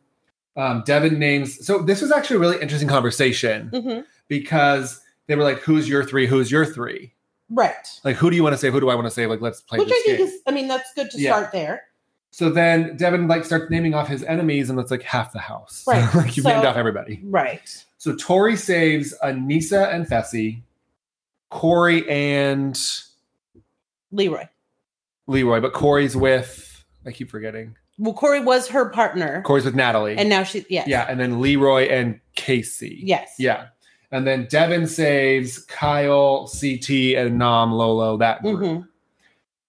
Um, Devin names. So this was actually a really interesting conversation
Mhm.
because they were like, "Who's your three? Who's your three?
Right.
Like, who do you want to save? Who do I want to save? Like, let's play."
Which
this
I think
game.
is, I mean, that's good to
Yeah.
start there.
So then Devin like starts naming off his enemies, and that's like half the house.
Right.
like you've
So-
named off everybody.
Right.
So Tori saves Anissa and Fessy, Corey and
Leroy.
Leroy, but Corey's with I keep forgetting.
Well, Corey was her partner,
Corey's with Natalie.
and now she yes.
yeah, and then Leroy and Casey.
Yes.
Yeah. And then Devin saves Kyle, CT, and Nam Lolo that group,
Mhm.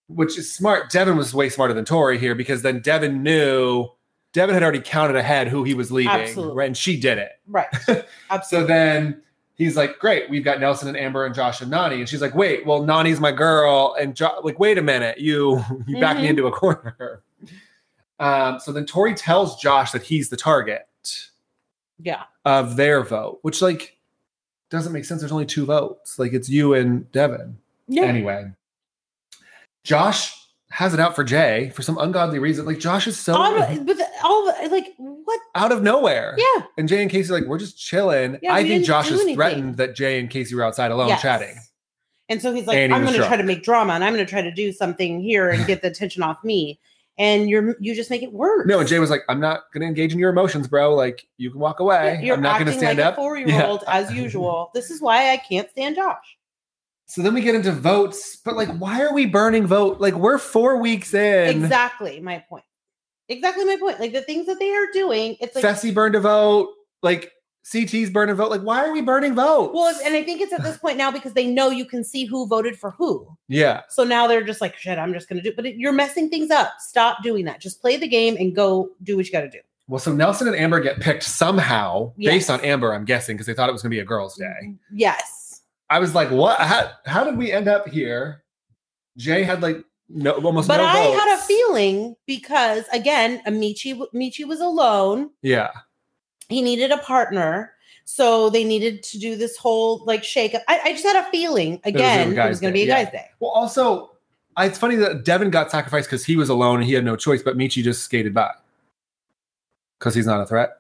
which is smart. Devin was way smarter than Tori here because then Devin knew Devin had already counted ahead who he was leaving.
Absolutely.
Right. And she did it.
Right.
So
Absolutely.
then he's like, Great, we've got Nelson and Amber and Josh and Nani. And she's like, Wait, well, Nani's my girl. And jo- like, wait a minute, you you backed me
Mhm.
into a corner. Um, so then Tori tells Josh that he's the target
yeah.
of their vote, which like doesn't make sense. There's only two votes. Like it's you and Devin.
Yeah.
Anyway, Josh has it out for Jay for some ungodly reason. Like Josh is so
all, of- but the- all of- like what?
out of nowhere.
Um, Yeah.
And Jay and Casey are like we're just chilling.
Yeah,
I
we
think
didn't
Josh
do
is
anything.
threatened that Jay and Casey were outside alone
Yes.
chatting.
And so he's like,
And he
I'm
was
going to try
drunk.
to make drama, and I'm going to try to do something here and get the attention off me. And you're you just make it worse.
No, and Jay was like, "I'm not going to engage in your emotions, bro. Like you can walk away.
You're
I'm not
acting
going to stand
like
up."
a four year old as usual. This is why I can't stand Josh.
So then we get into votes, but like, why are we burning vote? Like we're four weeks in.
exactly my point. Exactly my point. Like the things that they are doing, it's like
Fessy burned a vote. Like CT's burned a vote. Like, why are we burning votes?
well, and I think it's at this point now because they know you can see who voted for who.
yeah,
So now they're just like, shit, I'm just gonna do. But it, you're messing things up. Stop doing that. Just play the game and go do what you got to do.
well, so Nelson and Amber get picked somehow based
Yes.
on Amber, I'm guessing, because they thought it was going to be a girls' day.
Yes.
I was like, what? How, how did we end up here? Jay had like no, almost
but
no
I had a
votes.
feeling because again, Amici Michi was alone.
Yeah,
He needed a partner. So they needed to do this whole like shake up. I, I just had a feeling
a
again it
guys'
was gonna
day,
be a
yeah.
guy's day.
Well, also, I- it's funny that Devin got sacrificed because he was alone and he had no choice, but Michi just skated by because he's not a threat.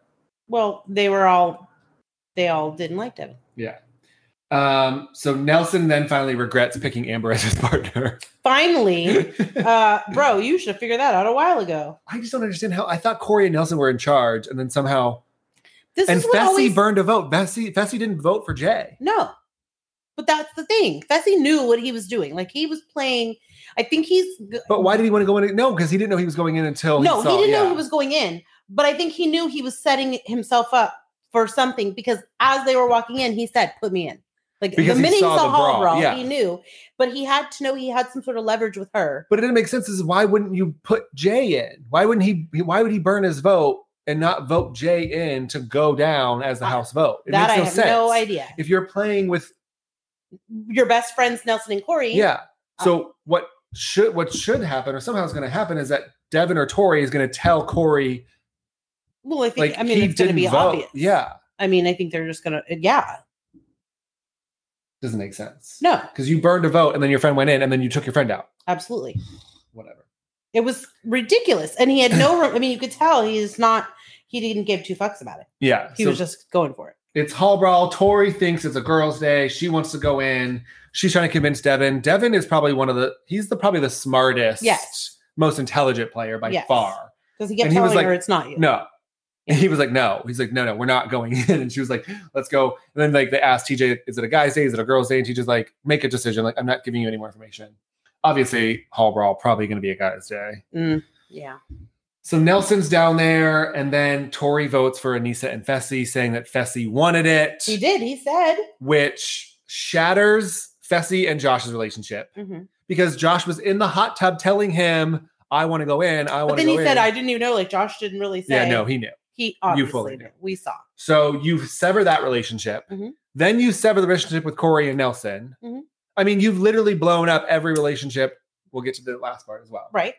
Well, they were all they all didn't like Devin.
Yeah. Um, so Nelson then finally regrets picking Amber as his partner.
Finally, uh, bro, you should have figured that out a while ago.
I just don't understand how I thought Corey and Nelson were in charge, and then somehow
This
and
is what
Fessy
always
burned a vote. Fessy Fessy didn't vote for Jay.
No. But that's the thing. Fessy knew what he was doing. Like he was playing. I think he's g-
But why did he want to go in? No, because he didn't know he was going in until
no,
he, saw,
he didn't know
yeah.
he was going in, but I think he knew he was setting himself up for something because as they were walking in, he said, "Put me in." Like
Because
the
he
minute he
saw
saw,
the
Hall
brawl,
brawl,
yeah.
he knew, but he had to know he had some sort of leverage with her.
But it didn't make sense. Is why wouldn't you put Jay in? Why wouldn't he? Why would he burn his vote and not vote Jay in to go down as the
I-
House vote? It
that
makes
I
no
have
sense.
no idea.
If you're playing with
Your best friends Nelson and Corey.
Yeah.
Uh,
So what should what should happen, or somehow is going to happen, is that Devin or Tori is going to tell Corey
Well, I think
like
I mean
he
it's going to
didn't
be
vote.
obvious.
Yeah,
I mean, I think they're just going to. Yeah.
doesn't make sense.
No.
because you burned a vote and then your friend went in and then you took your friend out.
Absolutely.
Whatever.
It was ridiculous. And he had no room. I mean, you could tell he's not, he didn't give two fucks about it.
Yeah.
He
so
was just going for it.
it's Hall Brawl. Tori thinks it's a girls' day. She wants to go in. She's trying to convince Devin. Devin is probably one of the he's the probably the smartest,
Yes.
most intelligent player by
Yes.
far.
Because he kept
And he was
telling
like,
her it's not you.
No. And he was like, no. He's like, no, no, we're not going in. And she was like, let's go. And then like they asked TJ, is it a guy's day? Is it a girl's day? And TJ's like, make a decision. Like, I'm not giving you any more information. Obviously, Hall Brawl probably gonna be a guy's day.
Mm, yeah.
So Nelson's down there, and then Tori votes for Anissa and Fessy, saying that Fessy wanted it,
He did. He said,
which shatters Fessy and Josh's relationship
Mhm.
because Josh was in the hot tub telling him, I want to go in, Oh, I
but
want to
then
go
he
in.
said, I didn't even know. Like Josh didn't really say.
yeah, no, he knew.
He obviously
fully
did.
knew.
We saw.
So you sever that relationship.
Mhm.
Then you sever the relationship with Corey and Nelson.
Mhm.
I mean, you've literally blown up every relationship. We'll get to the last part as well.
Right.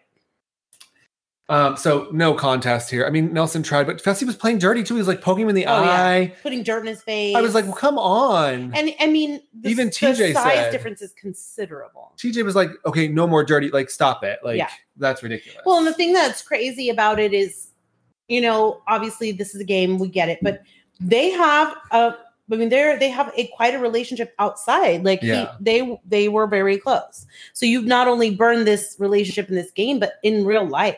Um, so no contest here. I mean, Nelson tried, but Fessy was playing dirty too. He was like poking him in the
Oh, yeah.
eye.
Putting dirt in his face.
I was like, well, come on.
and I mean, the,
Even
the
TJ
size
said-
difference is considerable.
TJ was like, okay, no more dirty. Like, stop it. Like,
Yeah.
that's ridiculous.
Well, and the thing that's crazy about it is, you know, obviously this is a game, we get it, but they have a I mean, they're they have a quite a relationship outside. Like he-
Yeah.
they they were very close. So you've not only burned this relationship in this game, but in real life.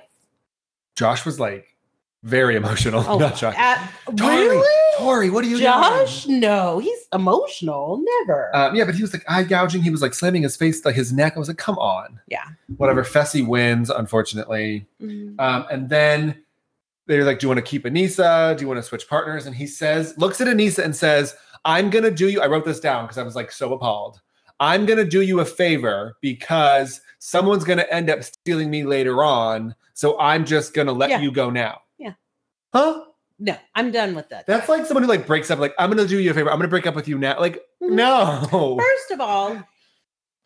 Josh was like Very emotional.
Oh,
Not shocking.
at-
Tori,
really?
Tori, what are you
Josh?
doing?
No, he's emotional. Never.
Um, yeah, but he was like eye gouging. He was like slamming his face, like his neck. I was like, come on.
Yeah.
Whatever. Fessy wins, unfortunately.
Mm.
Um, and then they're like, Do you want to keep Anissa? Do you want to switch partners? And he says, looks at Anissa and says, I'm gonna do you. I wrote this down because I was like so appalled. I'm gonna do you a favor because someone's gonna end up stealing me later on. So I'm just gonna let
Yeah.
you go now.
Yeah.
Huh?
no, I'm done with that.
That's like someone who like breaks up, like, I'm gonna do you a favor, I'm gonna break up with you now. Like,
Mhm.
no.
First of all,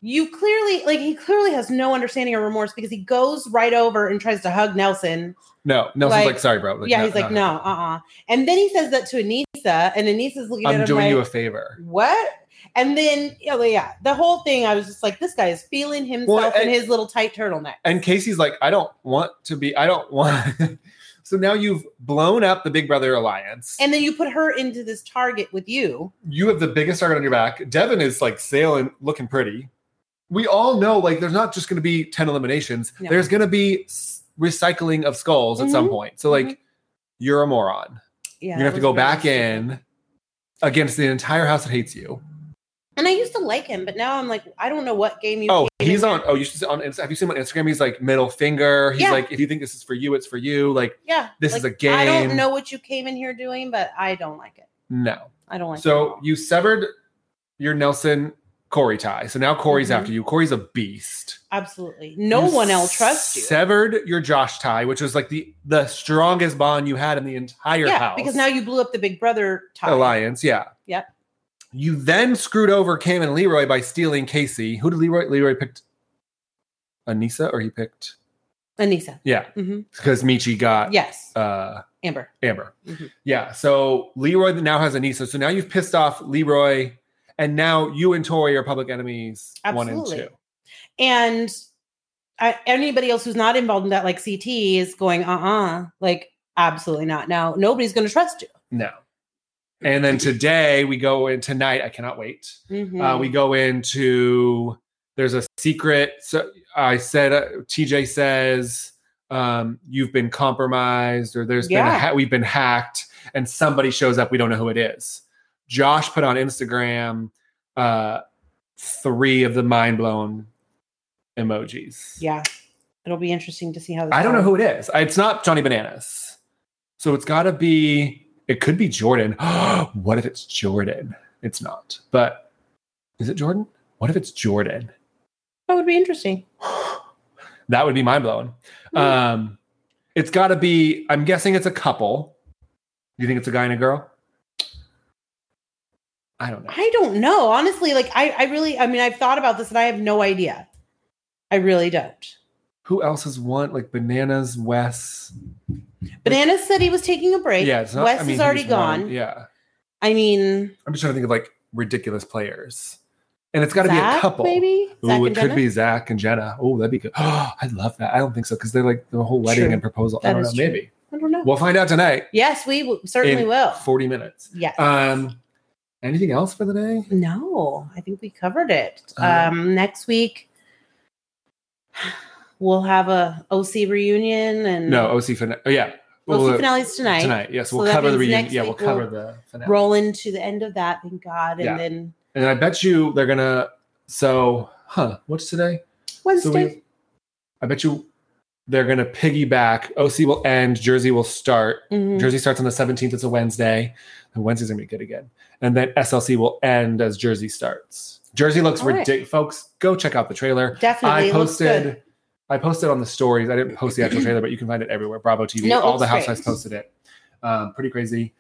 you clearly like he clearly has no understanding or remorse because he goes right over and tries to hug Nelson.
No, Nelson's like,
Like,
sorry, bro.
yeah, he's like, no, uh, uh And then he says that to Anissa, and Anissa's looking at
I'm
him
doing
like,
you a favor.
what? And then yeah, well, yeah, the whole thing. I was just like, this guy is feeling himself
Well, and-
in his little tight turtleneck.
And Casey's like, I don't want to be, I don't want. so now you've blown up the Big Brother alliance.
and then you put her into this target with you.
you have the biggest target on your back. Devin is like sailing, looking pretty. We all know, like, there's not just going to be 10 eliminations,
No.
there's going to be s- recycling of skulls at some
Mhm.
point. So, like,
Mhm.
you're a moron. you're
Yeah,
going to have
that
to go
was really
back
stupid.
in against the entire house that hates you.
And I used to like him, but now I'm like, I don't know what game you.
Oh,
came
he's
in-
on. Oh, you should see on. Insta- Have you seen him on Instagram? He's like middle finger. He's
Yeah.
like, if you think this is for you, it's for you. Like,
Yeah,
this is a
I don't
game.
know what you came in here doing, but I don't like it.
no.
I don't like. it.
So you severed your Nelson Corey tie. So now Corey's
Mhm.
after you. Corey's a beast.
Absolutely. No
You
one else trusts you.
Severed your Josh tie, which was like the the strongest bond you had in the entire
yeah,
house.
because now you blew up the Big Brother tie.
alliance, yeah.
Yep.
You then screwed over Cam and Leroy by stealing Casey. Who did Leroy? Leroy picked Anissa, or he picked
Anissa.
yeah,
hmm
because Michi got
Yes.
uh
Amber.
Amber.
Mhm.
Yeah. So Leroy now has Anissa. So now you've pissed off Leroy, and now you and Tori are public enemies. One
Absolutely.
and two.
And I, anybody else who's not involved in that, like CT, is going, uh uh Like, absolutely not. Now, nobody's going to trust you.
No. And then today we go in tonight. I cannot wait.
Mhm.
Uh, we go into there's a secret. So I said uh, TJ says um, you've been compromised, or there's been a
Yeah.
ha- we've been hacked, and somebody shows up. We don't know who it is. Josh put on Instagram uh, three of the mind blown emojis.
yeah. It'll be interesting to see how this
I don't know
goes.
who it is. I- It's not Johnny Bananas. So it's got to be, it could be Jordan. what if it's Jordan? It's not. But is it Jordan? What if it's Jordan?
That would Oh, be interesting.
that would be mind blowing.
Hmm.
Um, it's got to be, I'm guessing it's a couple. You think it's a guy and a girl? I don't know.
I don't know. Honestly, like, I, I really, I mean, I've thought about this and I have no idea. I really don't.
Who else has won? Like Bananas, Wes.
Banana said he was taking a break.
Yeah, it's not,
Wes
I mean,
is already
who's won.
gone.
Yeah.
I mean,
I'm just trying to think of like ridiculous players. And it's got to be a
Zach,
couple.
Maybe? Zach
Ooh, it
and
could
Jenna?
be Zach and Jenna. Oh, that'd be good. I'd love that. I don't think so because they're like the whole wedding
True.
and proposal. I
That
don't know.
is true.
Maybe
I don't know.
we'll find out tonight.
yes, we w- certainly
in
will.
40 minutes.
Yes.
Um, anything else for the day?
no, I think we covered it.
Uh,
um, next week we'll have a OC reunion and
No, OC finale. Oh, yeah.
OC
We'll-
finales tonight.
Tonight. Yes,
So
we'll
that
cover the
means
reunion.
next
Yeah, we'll
week we'll
cover the finale.
Roll into the end of that, thank God, and
Yeah.
then
And I bet you they're going to. So, huh, what's today? So
Wednesday.
we, I bet you they're going to piggyback. OC will end, Jersey will start.
Mhm.
Jersey starts on the 17th. It's a Wednesday. And Wednesday's going to be good again. And then SLC will end as Jersey starts. Jersey looks
All right.
ridiculous. Folks, go check out the trailer.
Definitely,
I
it looks good.
posted I posted on the stories. I didn't post the actual trailer, but you can find it everywhere. Bravo TV.
No, it
All the
looks great.
housewives posted it. Um, pretty crazy.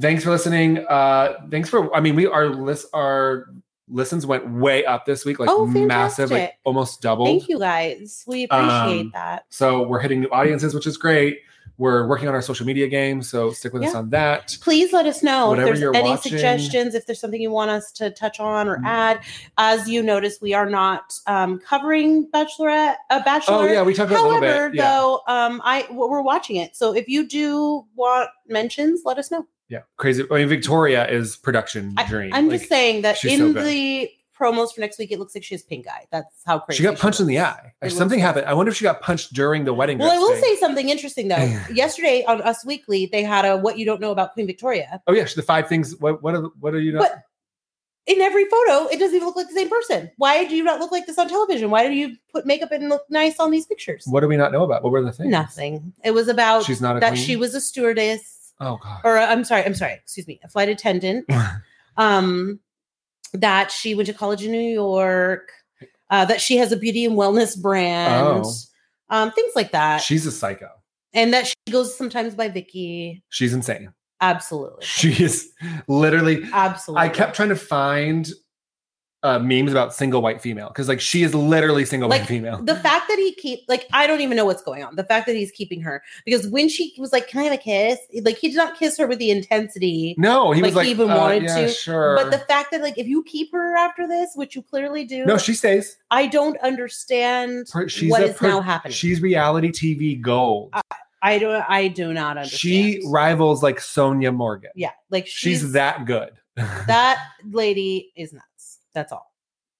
Thanks for listening. Uh, thanks for I mean, we our list our listens went way up this week, like
Oh,
massive, like
fantastic.
almost doubled.
Thank you guys. We appreciate
Um,
that.
So we're hitting new audiences, which is great. We're working on our social media game, so stick with us
Yeah.
on that.
Please let us know if
whatever
there's
you're
any
watching-
suggestions, if there's something you want us to touch on or
Mm.
add. As you notice, we are not um, covering Bachelorette, uh, Bachelor.
Oh yeah, we talked about it a little
However,
bit. Yeah,
though, um, I well, we're watching it, so if you do want mentions, let us know.
yeah, crazy. I mean, Victoria is production
I,
dream.
I'm
Like,
just saying that
she's so
in
good.
the promos for next week, it looks like she has pink eye. That's how crazy.
She got punched in the eye.
It
Something
looks-
happened. I wonder if she got punched during the wedding.
Well, I
dress
will
thing.
say something interesting though. Yesterday on Us Weekly, they had a "What You Don't Know About Queen Victoria."
Oh yeah, she- the five things. What what are, what are you not?
But- In every photo, it doesn't even look like the same person. Why do you not look like this on television? Why do you put makeup and look nice on these pictures?
what do we not know about? What were the things?
Nothing. It was about
She's not a
Oh, that
queen?
she was a stewardess,
Oh god.
or i I'm sorry, I'm sorry, excuse me, a flight attendant. um, that she went to college in New York. Uh, that she has a beauty and wellness brand.
Oh.
Um, things like that,
She's a psycho.
and that she goes sometimes by Vicky.
She's insane.
Absolutely,
She is literally.
absolutely.
I kept trying to find uh, memes about single white female because like she is literally single
Like,
white female.
the fact that he keep like I don't even know what's going on. The fact that he's keeping her because when she was like, "Can I have a kiss?" Like he did not kiss her with the intensity.
No, he was
like,
like
he even
uh,
wanted
yeah,
to,
Sure.
But the fact that like if you keep her after this, which you clearly do,
no, she stays.
I don't understand
Her- she's
what
a
is
per-
now happening.
She's reality TV gold.
Uh, I don't. I do not understand.
she rivals like Sonia Morgan.
yeah, like
She's,
she's, that
that good.
that lady is nuts. That's all.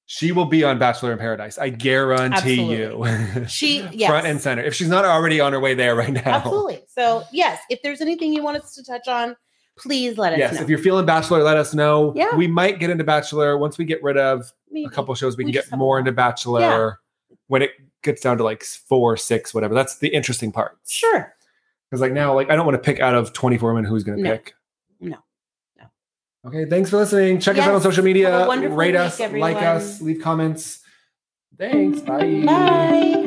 She will be on Bachelor in Paradise. I guarantee you.
She yes,
Front and center. If she's not already on her way there right now.
absolutely. So yes, if there's anything you want us to touch on, please let us
Yes,
know.
if you're feeling Bachelor, let us know.
Yeah.
We might get into Bachelor once we get rid of
Maybe.
a couple shows. We can
We just
get
have
more
a-
into Bachelor when it gets down to like four, six, whatever. That's the interesting part.
Sure.
Because like now, like I don't want to pick out of 24 women who's going to
No.
pick.
No. No.
Okay. Thanks for listening. Check us
Yes.
out on social
Have a
media.
wonderful
Rate
week,
us, like
everyone.
us, leave comments. Thanks.
Bye.